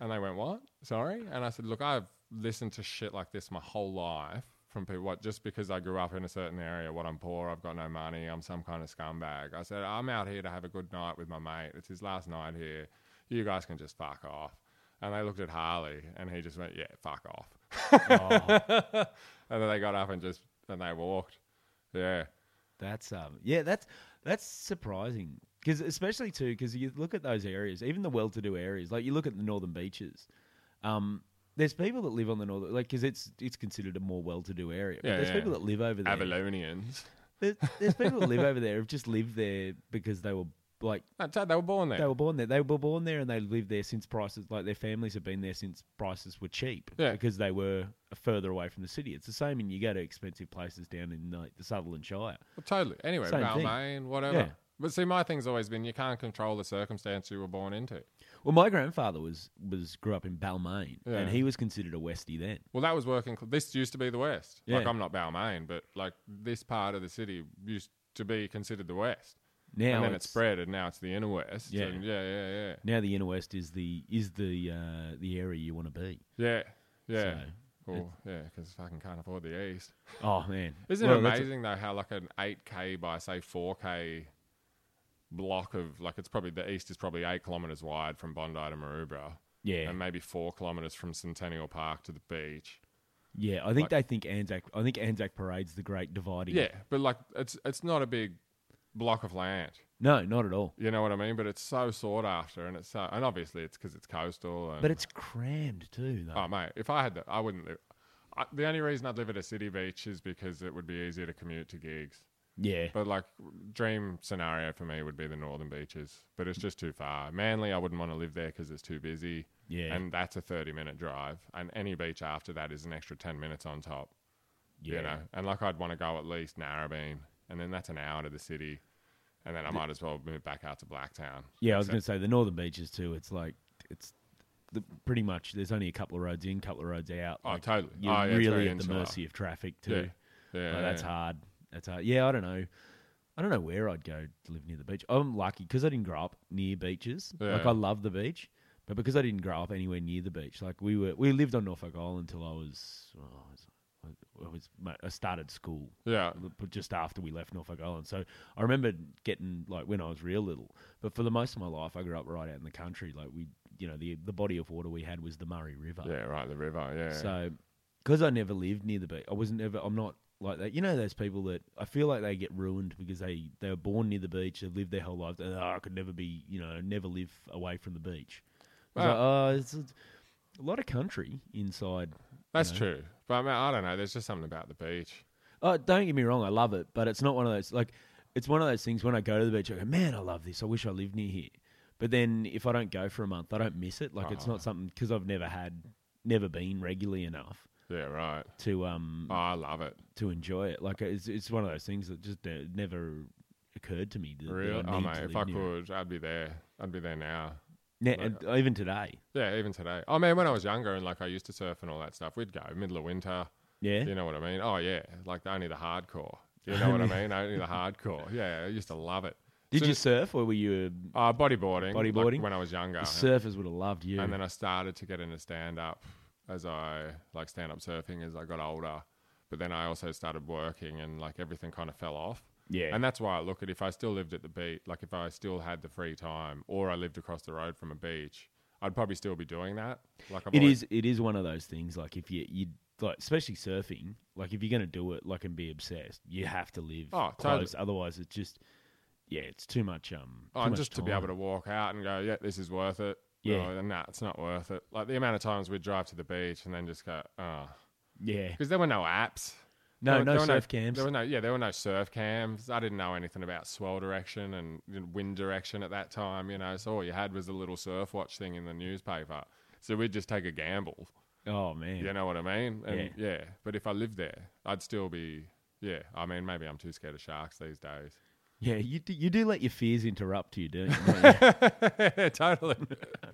B: And they went, What? Sorry? And I said, Look, I've listened to shit like this my whole life from people. What, just because I grew up in a certain area, what I'm poor, I've got no money, I'm some kind of scumbag. I said, I'm out here to have a good night with my mate. It's his last night here. You guys can just fuck off. And they looked at Harley and he just went, Yeah, fuck off.
A: Oh,
B: and then they got up and just, and they walked. Yeah.
A: That's um, yeah, that's that's surprising because especially too because you look at those areas, even the well-to-do areas, like you look at the northern beaches. Um, there's people that live on the northern, like because it's it's considered a more well-to-do area. But
B: Yeah,
A: there's
B: yeah.
A: people that live over there.
B: Avalonians.
A: There's, there's people that live over there who've just lived there because they were like
B: No, Dad, they were born there.
A: they were born there. They were born there and they lived there since prices like their families have been there since prices were cheap.
B: Yeah.
A: Because they were further away from the city. It's the same in you go to expensive places down in like the Sutherland Shire.
B: Well, totally. Anyway,
A: Same thing.
B: Balmain, whatever.
A: Yeah.
B: But see, my thing's always been you can't control the circumstance you were born into.
A: Well, my grandfather was was grew up in Balmain,
B: Yeah.
A: and he was considered a Westie then.
B: Well, that was working. cl- This used to be the West. Like,
A: Yeah.
B: I'm not Balmain, but like this part of the city used to be considered the West.
A: Now
B: and then it
A: it's,
B: spread, and now it's the inner West.
A: Yeah.
B: and yeah, yeah, yeah.
A: now the inner west is the is the uh, the area you want to be.
B: Yeah, yeah.
A: So,
B: Well, yeah, because fucking can't afford the East.
A: Oh man,
B: Isn't
A: Well,
B: it
A: that's-
B: amazing though how like an eight k by say four k block of like it's probably the east is probably eight kilometers wide from Bondi to Maroubra,
A: Yeah,
B: and maybe four kilometers from Centennial Park to the beach.
A: yeah. I think
B: like-
A: they think Anzac. I think Anzac Parade's the great dividing.
B: Yeah, but like it's it's not a big block of land.
A: No, not at all.
B: You know what I mean? But it's so sought after, and it's so and obviously it's because it's coastal. And,
A: But it's crammed too. Though.
B: Um, oh mate, if I had that, I wouldn't live. I, the only reason I'd live at a city beach is because it would be easier to commute to gigs.
A: yeah.
B: But like dream scenario for me would be the northern beaches, but it's just too far. Manly, I wouldn't want to live there because it's too busy.
A: Yeah.
B: and that's a thirty-minute drive, and any beach after that is an extra ten minutes on top.
A: yeah.
B: You know, and like I'd want to go at least Narrabeen, and then that's an hour to the city, and then I might as well move back out to Blacktown.
A: Yeah, I was
B: So-
A: going to say the northern beaches too. It's like it's the, pretty much there's only a couple of roads in, couple of roads out.
B: Oh,
A: Like,
B: totally.
A: You're
B: Oh, yeah, it's very
A: really at the
B: insular.
A: mercy of traffic too.
B: Yeah, yeah,
A: Like, that's
B: yeah.
A: hard. That's hard. Yeah, I don't know. I don't know where I'd go to live near the beach. I'm lucky because I didn't grow up near beaches. Like
B: Yeah.
A: I love the beach, but because I didn't grow up anywhere near the beach, like we were, we lived on Norfolk Island until I was, oh, I was, I was, mate, I started school
B: Yeah,
A: but just after we left Norfolk Island. So I remember getting like when I was real little. But for the most of my life, I grew up right out in the country. Like we, you know, the the body of water we had was the Murray River.
B: yeah, right. The river. Yeah,
A: So because I never lived near the beach, I wasn't ever. I'm not like that. You know those people that I feel like they get ruined because they they were born near the beach, they lived their whole life. they're, Oh, I could never be, you know, never live away from the beach. It's like, oh, it's a, a lot of country inside.
B: that's true. But I, mean, I don't know. There's just something about the beach.
A: Oh, don't get me wrong, I love it, but it's not one of those like it's one of those things when I go to the beach, I go, man, I love this. I wish I lived near here. But then if I don't go for a month, I don't miss it. Like it's
B: Uh-huh.
A: not something because I've never had, never been regularly enough
B: Yeah, right.
A: to um
B: Oh, I love it.
A: to enjoy it. Like it's it's one of those things that just uh, never occurred to me. That, that I
B: Really? Oh
A: need
B: mate,
A: to
B: if
A: live
B: I
A: near it.
B: could, I'd be there. I'd be there now.
A: Now, and even today.
B: Yeah, even today. Oh man, when I was younger and like I used to surf and all that stuff, we'd go middle of winter.
A: Yeah.
B: You know what I mean? Oh yeah, like only the hardcore. You know what I mean? Only the hardcore. Yeah, I used to love it.
A: Did
B: soon
A: you
B: as-
A: surf or were you a
B: Uh, bodyboarding. like,
A: Bodyboarding?
B: when I was younger.
A: the surfers would have loved you?
B: And then I started to get into stand up as I like stand up surfing as I got older. But then I also started working and like everything kind of fell off.
A: Yeah.
B: And that's why I look at if I still lived at the beach, like if I still had the free time or I lived across the road from a beach, I'd probably still be doing that. Like I've
A: It
B: always-
A: is. It is one of those things. Like if you you like, especially surfing. Like if you're going to do it, like and be obsessed, you have to live
B: Oh, totally.
A: close. Otherwise, it's just yeah, it's too much. Um,
B: Oh,
A: too
B: and
A: much
B: just to be able
A: time.
B: to walk out and go, yeah, this is worth it.
A: Yeah.
B: Oh, nah, it's not worth it. Like the amount of times we'd drive to the beach and then just go, oh.
A: yeah,
B: Because there were no apps.
A: no,
B: There-
A: no
B: there were
A: surf cams.
B: There were no, yeah, there were no surf cams. I didn't know anything about swell direction and you know, wind direction at that time, you know. So all you had was a little surf watch thing in the newspaper. So we'd just take a gamble.
A: oh man,
B: You know what I mean? And yeah. But if I lived there, I'd still be. Yeah, I mean, maybe I'm too scared of sharks these days.
A: yeah, you do, you do let your fears interrupt you, don't you?
B: totally,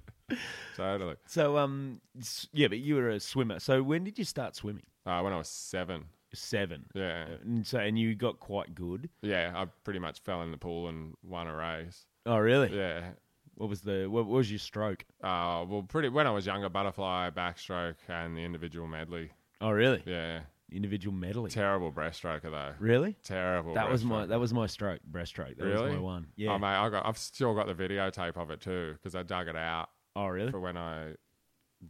B: totally.
A: so um, s- yeah, but you were a swimmer. So when did you start swimming?
B: Uh, when I was seven,
A: Seven. Uh,
B: yeah,
A: And so and you got quite good.
B: yeah, I pretty much fell in the pool and won a race.
A: Oh really?
B: Yeah,
A: What was the what was your stroke?
B: Uh, well, pretty when I was younger, butterfly, backstroke, and the individual medley.
A: Oh really?
B: Yeah,
A: Individual medley.
B: terrible breaststroker though.
A: really?
B: Terrible.
A: That was my
B: breaststroker.
A: that was my stroke breaststroke. That was
B: Really?
A: my one. Yeah.
B: Oh mate, I got, I've still got the videotape of it too because I dug it out
A: oh really?
B: for when I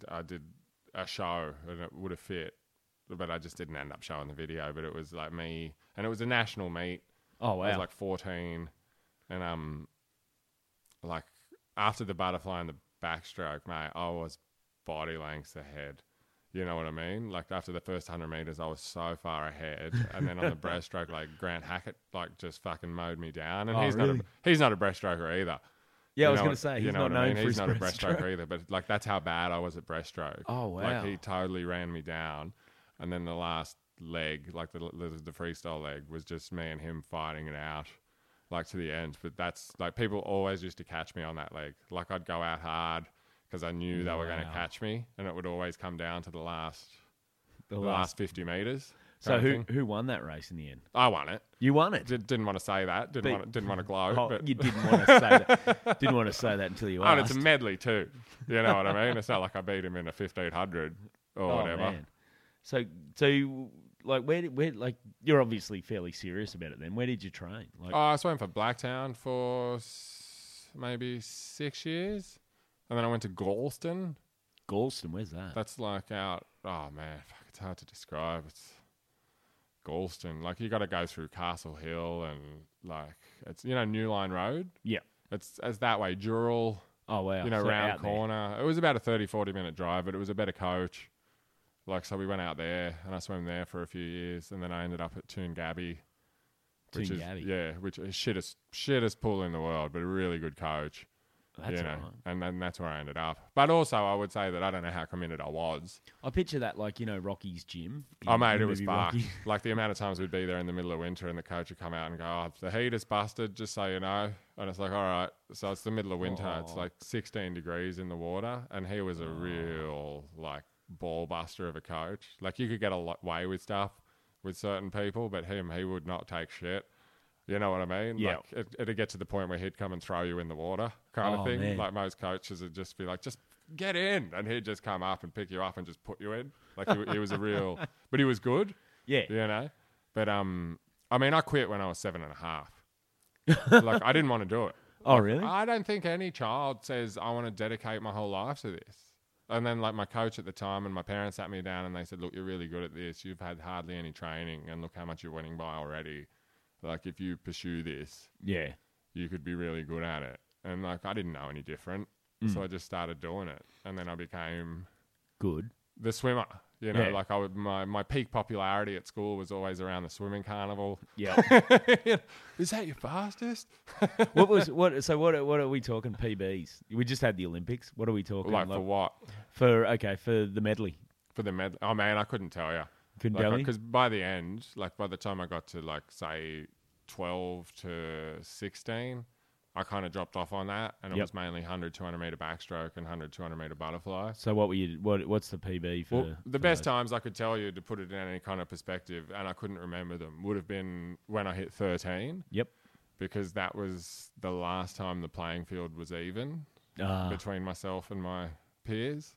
B: I did a show and it would have fit, but I just didn't end up showing the video. But it was like me, and it was a national meet.
A: Oh
B: I was
A: wow.
B: like 14, and um, like after the butterfly and the backstroke, mate, I was body lengths ahead. You know what I mean? Like after the first hundred meters, I was so far ahead, and then on the breaststroke, like Grant Hackett, like just fucking mowed me down. And
A: Oh,
B: he's
A: really?
B: not a, he's not a breaststroker either.
A: yeah,
B: You
A: I was
B: know
A: going
B: what-
A: to say
B: you
A: he's
B: know
A: not
B: what I
A: known
B: mean?
A: for his
B: he's not a
A: breaststroke.
B: breaststroker either. But like that's how bad I was at breaststroke.
A: Oh, wow.
B: Like he totally ran me down, and then the last leg, like the the, the freestyle leg, was just me and him fighting it out, like to the end. But that's like people always used to catch me on that leg. Like I'd go out hard because I knew they were going to
A: Wow.
B: catch me, and it would always come down to the last
A: The
B: the
A: last.
B: last fifty meters.
A: So
B: kind of
A: who
B: thing.
A: who won that race in the end?
B: I won it.
A: You won it.
B: Did, didn't want to say that. Didn't
A: But-
B: want didn't want to gloat.
A: Oh,
B: but
A: you didn't want to say that. Didn't want to say that until you
B: Oh, and
A: asked.
B: it's a medley too. You know what I mean? It's not like I beat him in a fifteen hundred or
A: Oh,
B: whatever.
A: man. So so you- like where did where like you're obviously fairly serious about it then. Where did you train? Like
B: Oh, I swam for Blacktown for s- maybe six years, and then I went to Galston.
A: Galston, where's that?
B: That's like out. Oh man, fuck, it's hard to describe. It's Galston. Like you got to go through Castle Hill and like it's you know New Line Road.
A: yeah.
B: It's it's that way. Dural.
A: Oh wow.
B: you know,
A: So
B: round
A: out there.
B: corner. It was about a 30, 40 minute drive, but it was a better coach. Like, so we went out there and I swam there for a few years and then I ended up at Toongabby. Which is,
A: Toongabby.
B: yeah, which is shittest, shittest pool in the world, but a really good coach.
A: That's
B: you know,
A: all right.
B: and then that's where I ended up. But also, I would say that I don't know how committed I was.
A: I picture that like, you know, Rocky's gym.
B: oh,
A: in-
B: mate,
A: in
B: it
A: the
B: was
A: movie
B: fucked.
A: Rocky.
B: like the amount of times we'd be there in the middle of winter and the coach would come out and go, oh, the heat is busted, just so you know. And it's like, all right. So it's the middle of winter. It's
A: Aw.
B: like 16 degrees in the water. And he was a real, like, ball buster of a coach. Like, you could get a lot away with stuff with certain people, but him, he would not take shit. You know what I mean?
A: Yeah.
B: Like, it, it'd get to the point where he'd come and throw you in the water kind
A: Oh,
B: of thing.
A: man.
B: Like, most coaches would just be like, just get in. And he'd just come up and pick you up and just put you in. Like, he, he was a real, but he was good
A: Yeah.
B: you know. But um, I mean, I quit when I was seven and a half. like I didn't want to do it.
A: Oh really?
B: I don't think any child says I want to dedicate my whole life to this. And then like my coach at the time and my parents sat me down and they said, "Look, you're really good at this. You've had hardly any training, and look how much you're winning by already. Like if you pursue this,
A: yeah.
B: you could be really good at it." And like I didn't know any different,
A: Mm.
B: so I just started doing it, and then I became
A: Good.
B: the swimmer. You know,
A: Yeah.
B: like I would my, my peak popularity at school was always around the swimming carnival.
A: Yeah.
B: Is that your fastest?
A: what was what? So what? are- What are we talking? PBs? We just had the Olympics. What are we talking?
B: Like
A: like,
B: for what?
A: for okay for the medley.
B: For the med? Oh man, I couldn't tell you.
A: Couldn't tell you?
B: Because by the end, like by the time I got to like say twelve to sixteen, I kind of dropped off on that, and it
A: Yep.
B: was mainly 100, 200 meter backstroke and 100, 200 meter butterfly.
A: So what were you? What what's the PB for?
B: Well, the
A: for
B: best
A: those?
B: times I could tell you to put it in any kind of perspective, and I couldn't remember them, would have been when I hit 13,
A: Yep.
B: because that was the last time the playing field was even
A: Ah,
B: between myself and my peers,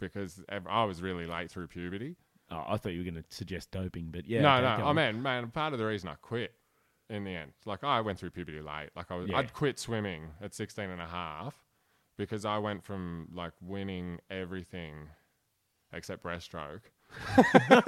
B: because ev- I was really late through puberty.
A: oh, I thought you were going to suggest doping, but yeah.
B: no,
A: okay,
B: no.
A: go
B: I
A: on.
B: mean, man, part of the reason I quit in the end, like I went through puberty late. Like I was,
A: Yeah.
B: I'd quit swimming at 16 and a half because I went from like winning everything except breaststroke.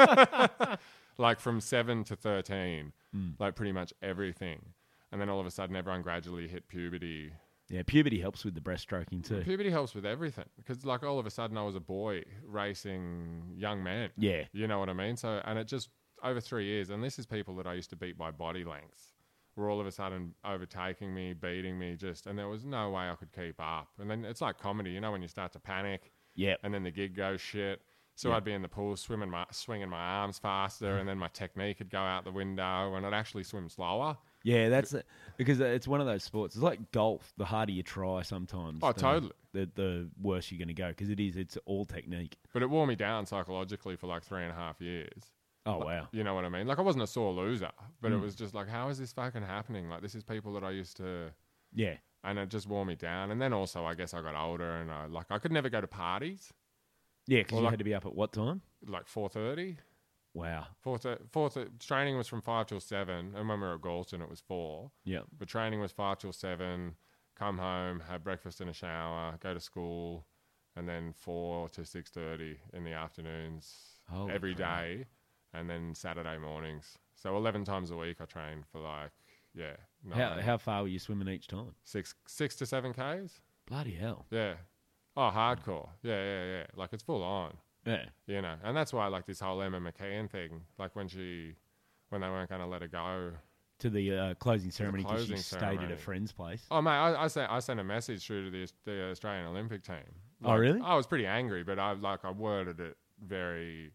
B: like from 7 to 13,
A: Hmm.
B: like pretty much everything. And then all of a sudden everyone gradually hit puberty
A: yeah, puberty helps with the breaststroking too.
B: Puberty helps with everything because, like, all of a sudden I was a boy racing young men.
A: Yeah.
B: You know what I mean? So, and it just over three years, and this is people that I used to beat by body length were all of a sudden overtaking me, beating me, just, and there was no way I could keep up. And then it's like comedy, you know, when you start to panic
A: Yeah.
B: and then the gig goes shit. So
A: Yeah.
B: I'd be in the pool swimming my, swinging my arms faster, and then my technique would go out the window, and I'd actually swim slower.
A: Yeah, that's it. because it's one of those sports. It's like golf. The harder you try, sometimes.
B: Oh,
A: the-
B: totally.
A: The the worse you're going to go because it is. It's all technique.
B: But it wore me down psychologically for like three and a half years.
A: Oh wow.
B: You know what I mean? Like I wasn't a sore loser, but it was just like, how is this fucking happening? Like this is people that I used to,
A: Yeah.
B: and it just wore me down. And then also, I guess I got older, and I like I could never go to parties.
A: Yeah, because
B: Well,
A: you
B: like-
A: had to be up at what time?
B: Like 4.30.
A: Wow.
B: 4.30, 4.30 training was from five till seven, and when we were at Galston, it was four.
A: Yeah.
B: But training was five till seven. Come home, have breakfast and a shower, go to school, and then four to six thirty in the afternoons
A: Holy
B: every day,
A: crap.
B: and then Saturday mornings. So eleven times a week I trained for like yeah,
A: How
B: nine-
A: how far were you swimming each time?
B: six six to seven k's.
A: Bloody hell.
B: Yeah. Oh, hardcore. Yeah, yeah, yeah. Like it's full on
A: Yeah.
B: you know, and that's why like this whole Emma McKeon thing. Like when she, when they weren't going to let her go.
A: To the uh, closing ceremony because she
B: closing
A: stayed
B: ceremony.
A: at a friend's place.
B: Oh mate, I, I sent I sent a message through to the, the Australian Olympic team.
A: Oh,
B: Like,
A: really?
B: I was pretty angry, but I like I worded it very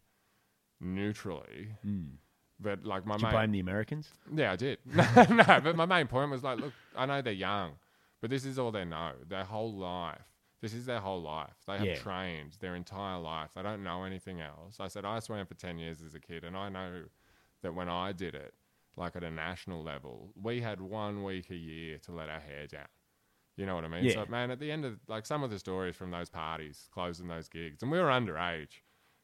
B: neutrally.
A: Mm.
B: But like my
A: Did you
B: main,
A: blame the Americans?
B: yeah, I did. no, but my main point was like, look, I know they're young, but this is all they know. Their whole life. This is their whole life. They have
A: Yeah.
B: trained their entire life. They don't know anything else. I said I swam for ten years as a kid, and I know that when I did it, like at a national level, we had one week a year to let our hair down. You know what I mean?
A: Yeah.
B: So, man, at the end of like some of the stories from those parties, closing those gigs, and we were underage,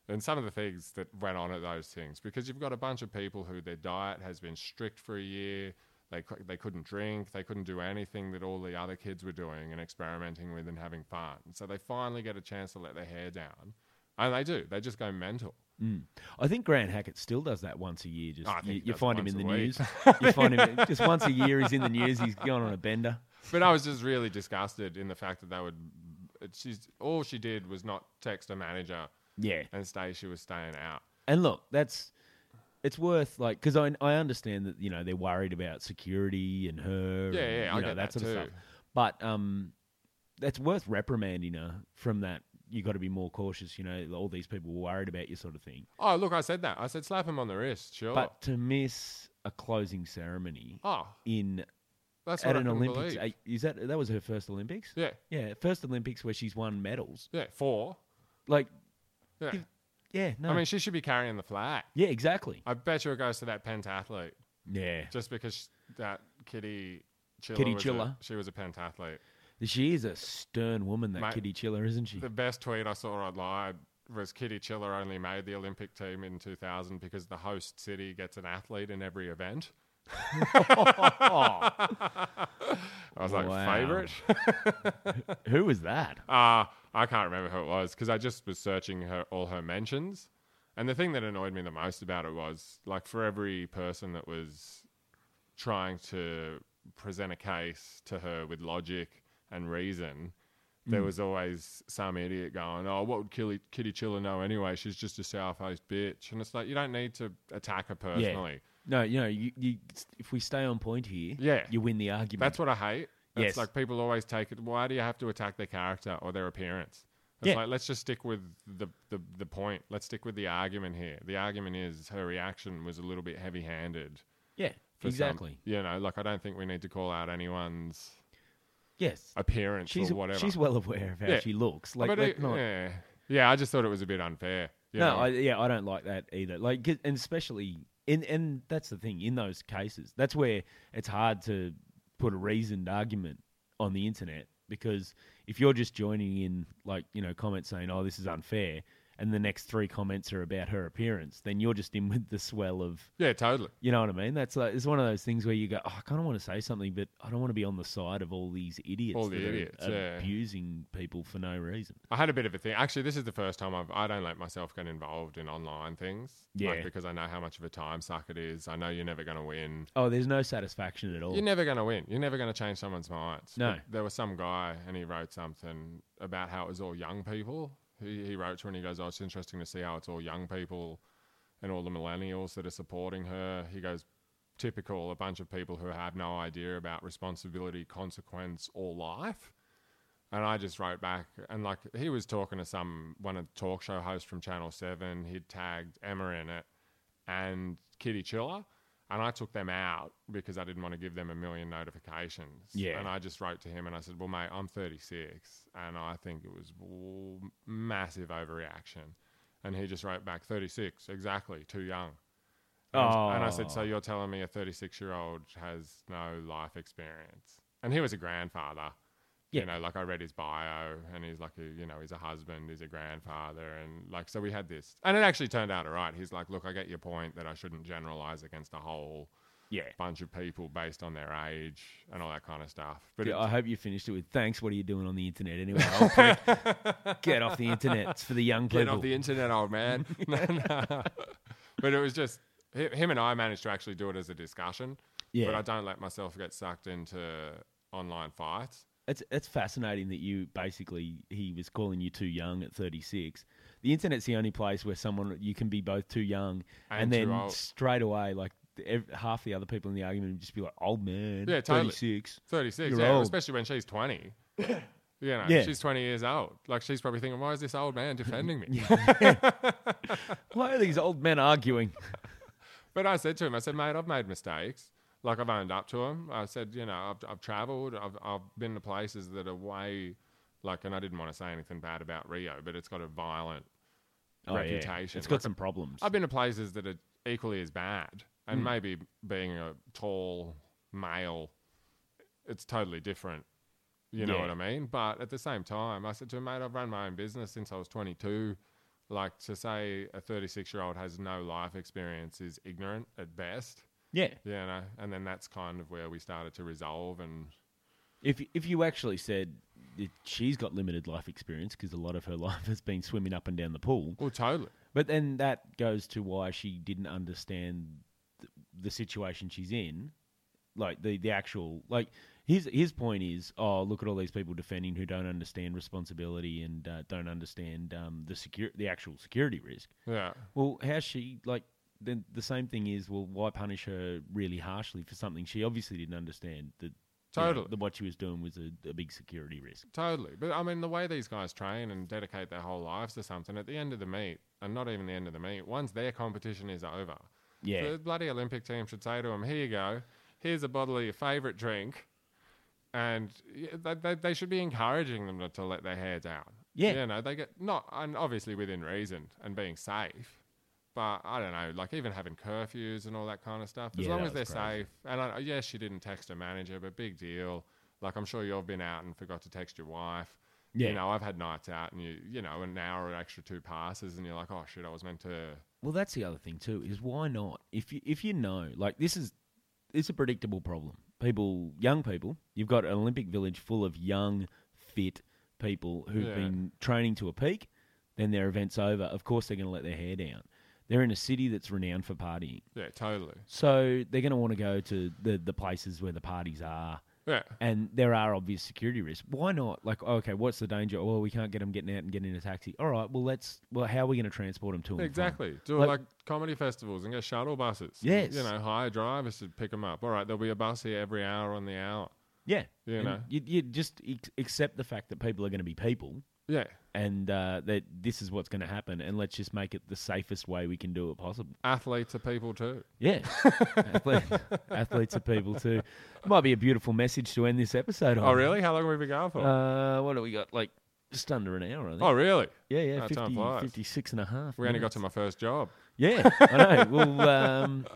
B: and some of the things that went on at those things, because you've got a bunch of people who their diet has been strict for a year. They, cou- they couldn't drink, they couldn't do anything that all the other kids were doing and experimenting with and having fun. So they finally get a chance to let their hair down. And they do, they just go mental.
A: Mm. I think Grant Hackett still does that once a year. Just
B: Oh, I think
A: you,
B: he
A: you
B: does
A: find him in
B: once
A: the
B: a
A: news.
B: week.
A: you find him just once a year. He's in the news. He's gone on a bender.
B: but I was just really disgusted in the fact that they would. She's all she did was not text her manager
A: Yeah.
B: and say she was staying out.
A: And look, that's it's worth like because I I understand that you know they're worried about security and her.
B: Yeah,
A: and,
B: yeah,
A: you
B: I
A: know,
B: get that
A: sort of
B: too.
A: stuff. But um, that's worth reprimanding her from that. You got to be more cautious. You know, all these people were worried about you, sort of thing.
B: Oh, look, I said that. I said slap him on the wrist, sure.
A: But to miss a closing ceremony
B: oh,
A: in
B: that's
A: at
B: what I
A: an
B: couldn't
A: Olympics
B: believe.
A: uh, is that that was her first Olympics?
B: Yeah,
A: Yeah, first Olympics where she's won medals.
B: yeah, four.
A: Like,
B: Yeah.
A: Give- yeah, no,
B: I mean, she should be carrying the flag.
A: yeah, exactly.
B: I bet you it goes to that pentathlete
A: Yeah,
B: just because sh- that Kitty Chiller.
A: Kitty
B: was
A: Chiller.
B: A, she was a pentathlete.
A: she is a stern woman, that
B: Mate,
A: Kitty Chiller, isn't she?
B: The best tweet I saw online was Kitty Chiller only made the Olympic team in 2000 because the host city gets an athlete in every event. I was like,
A: Wow.
B: favorite?
A: Who was that?
B: Uh, I can't remember who it was because I just was searching her all her mentions. And the thing that annoyed me the most about it was like for every person that was trying to present a case to her with logic and reason, there was always some idiot going, "Oh, what would Kitty, Kitty Chiller know anyway? She's just a sour-faced bitch." And it's like you don't need to attack her personally.
A: No, you know, you, you, if we stay on point here,
B: Yeah.
A: you win the argument.
B: That's what I hate. It's
A: Yes.
B: like people always take it. Why do you have to attack their character or their appearance? It's
A: Yeah.
B: like let's just stick with the, the the point. Let's stick with the argument here. The argument is her reaction was a little bit heavy handed.
A: yeah, exactly.
B: you know, like I don't think we need to call out anyone's
A: Yes.
B: appearance
A: She's,
B: or whatever.
A: she's well aware of how
B: Yeah.
A: she looks. Like,
B: but
A: let's
B: it-
A: not-
B: yeah, yeah. I just thought it was a bit unfair. you
A: No,
B: know.
A: I, yeah, I don't like that either. Like, 'cause- and especially in and that's the thing in those cases. That's where it's hard to put a reasoned argument on the internet because if you're just joining in, like you know, comments saying, "Oh, this is unfair," and the next three comments are about her appearance, then you're just in with the swell of.
B: yeah, totally.
A: You know what I mean? That's like it's one of those things where you go, oh, I kind of want to say something, but I don't want to be on the side of all these idiots,
B: All the
A: that are
B: idiots, yeah.
A: abusing people for no reason.
B: I had a bit of a thing. Actually, this is the first time I've I don't let myself get involved in online things. like,
A: Yeah.
B: because I know how much of a time suck it is. I know you're never going to win.
A: Oh, there's no satisfaction at all.
B: You're never going to win. You're never going to change someone's minds.
A: No.
B: But there was some guy, and he wrote something about how it was all young people. He, he wrote to her and he goes, "Oh, it's interesting to see how it's all young people, and all the millennials that are supporting her." He goes, "Typical, a bunch of people who have no idea about responsibility, consequence, or life." And I just wrote back, and like he was talking to some one of the talk show hosts from Channel Seven. He'd tagged Emma in it, and Kitty Chiller. And I took them out because I didn't want to give them a million notifications.
A: Yeah.
B: And I just wrote to him and I said, Well, mate, I'm 36. And I think it was w- massive overreaction. And he just wrote back, 36, exactly, too young. And, I was- and I
A: Oh.
B: said, So you're telling me a 36 year old has no life experience? And he was a grandfather.
A: Yeah.
B: You know, like I read his bio and he's like, a, you know, he's a husband, he's a grandfather. And like, so we had this. And it actually turned out all right. He's like, Look, I get your point that I shouldn't generalize against a whole
A: yeah.
B: bunch of people based on their age and all that kind of stuff. But
A: Yeah,
B: yeah,
A: I hope you finished it with thanks. What are you doing on the internet anyway? old prick?" Get off the internet. It's for the young people.
B: get off the internet, old man. No, no. But it was just hi- him and I managed to actually do it as a discussion.
A: yeah,
B: But I don't let myself get sucked into online fights.
A: it's it's fascinating that you basically he was calling you too young at thirty six. The internet's the only place where someone you can be both too young and,
B: And too
A: then
B: old.
A: straight away like ev half the other people in the argument would just be like, "Old man,
B: Yeah, totally.
A: thirty six.
B: 36,
A: You're
B: yeah,
A: old.
B: especially when she's 20. You know,
A: Yeah.
B: she's 20 years old. Like, she's probably thinking, why is this old man defending me?
A: Why are these old men arguing?"
B: But I said to him, I said, mate, I've made mistakes. Like I've owned up to them. I said, you know, I've, I've traveled. I've, I've been to places that are way, like, and I didn't want to say anything bad about Rio, but it's got a violent
A: Oh, yeah.
B: reputation.
A: It's got
B: Like,
A: some problems.
B: I've been to places that are equally as bad, and maybe being a tall male, it's totally different. You know
A: Yeah.
B: what I mean? But at the same time, I said to him, mate, I've run my own business since I was 22. Like to say a 36 year old has no life experience is ignorant at best.
A: yeah.
B: Yeah, no. and then that's kind of where we started to resolve. And
A: If if you actually said that she's got limited life experience because a lot of her life has been swimming up and down the pool,
B: well, totally.
A: but then that goes to why she didn't understand th- the situation she's in, like the the actual like his his point is oh look at all these people defending who don't understand responsibility and uh, don't understand um, the secure the actual security risk.
B: Yeah,
A: Well, how she like then the same thing is well why punish her really harshly for something she obviously didn't understand that you know,
B: Totally.
A: that what she was doing was a, a big security risk.
B: totally. But I mean, the way these guys train and dedicate their whole lives to something at the end of the meet, and not even the end of the meet, once their competition is over,
A: Yeah,
B: the bloody Olympic team should say to them, here you go, here's a bottle of your favourite drink. And yeah, they, they, they should be encouraging them to, to let their hair down.
A: Yeah.
B: You know, they get not, and obviously within reason and being safe. But I don't know, like even having curfews and all that kind of stuff. As
A: Yeah,
B: long
A: that
B: as they're
A: was crazy.
B: safe. And I, yes, she didn't text her manager, but big deal. Like I'm sure you've been out and forgot to text your wife.
A: Yeah.
B: You know, I've had nights out and you, you know, an hour or extra two passes and you're like, oh shit, I was meant to.
A: Well, that's the other thing too. Is why not? If you if you know, like this is, it's a predictable problem. People, young people, you've got an Olympic village full of young, fit people who've
B: Yeah.
A: been training to a peak. Then their event's over. Of course, they're going to let their hair down. They're in a city that's renowned for partying,
B: Yeah, totally.
A: so they're going to want to go to the the places where the parties are.
B: Yeah.
A: And there are obvious security risks. Why not? Like, okay, what's the danger? Well, we can't get them getting out and getting in a taxi. All right, well, let's. Well, how are we going to transport them to and from?
B: Exactly. Do
A: Like-
B: like, comedy festivals and get shuttle buses.
A: Yes.
B: You know, hire drivers to pick them up. All right, there'll be a bus here every hour on the hour.
A: Yeah,
B: You
A: And
B: know.
A: you, you just ex- accept the fact that people are going to be people,
B: Yeah.
A: and uh, that this is what's going to happen, and let's just make it the safest way we can do it possible.
B: Athletes are people too.
A: Yeah, Athlete, athletes are people too. Might be a beautiful message to end this episode. on.
B: Oh, really? How long have we been going for?
A: Uh, what do we got? Like just under an hour, I think.
B: oh, really?
A: yeah, yeah,
B: oh, time
A: 50,
B: flies.
A: 56 and a half.
B: We only
A: minutes.
B: got to my first job.
A: Yeah, I know. Well, um,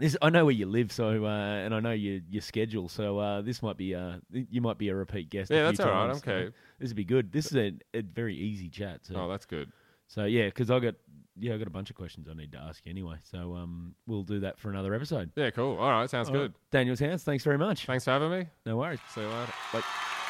A: this I know where you live, so uh, and I know your your schedule, so uh, this might be uh, you might be a repeat guest. a
B: Yeah,
A: few
B: that's all right.
A: times.
B: I'm okay.
A: This would be good. This is a, a very easy chat. So,
B: Oh, that's good.
A: so yeah, because I got yeah I got a bunch of questions I need to ask you anyway. So um, we'll do that for another episode.
B: Yeah, cool. All right, sounds
A: All right.
B: good.
A: Daniel's house. Thanks very much.
B: Thanks for having me.
A: No worries.
B: See you later.
A: Bye.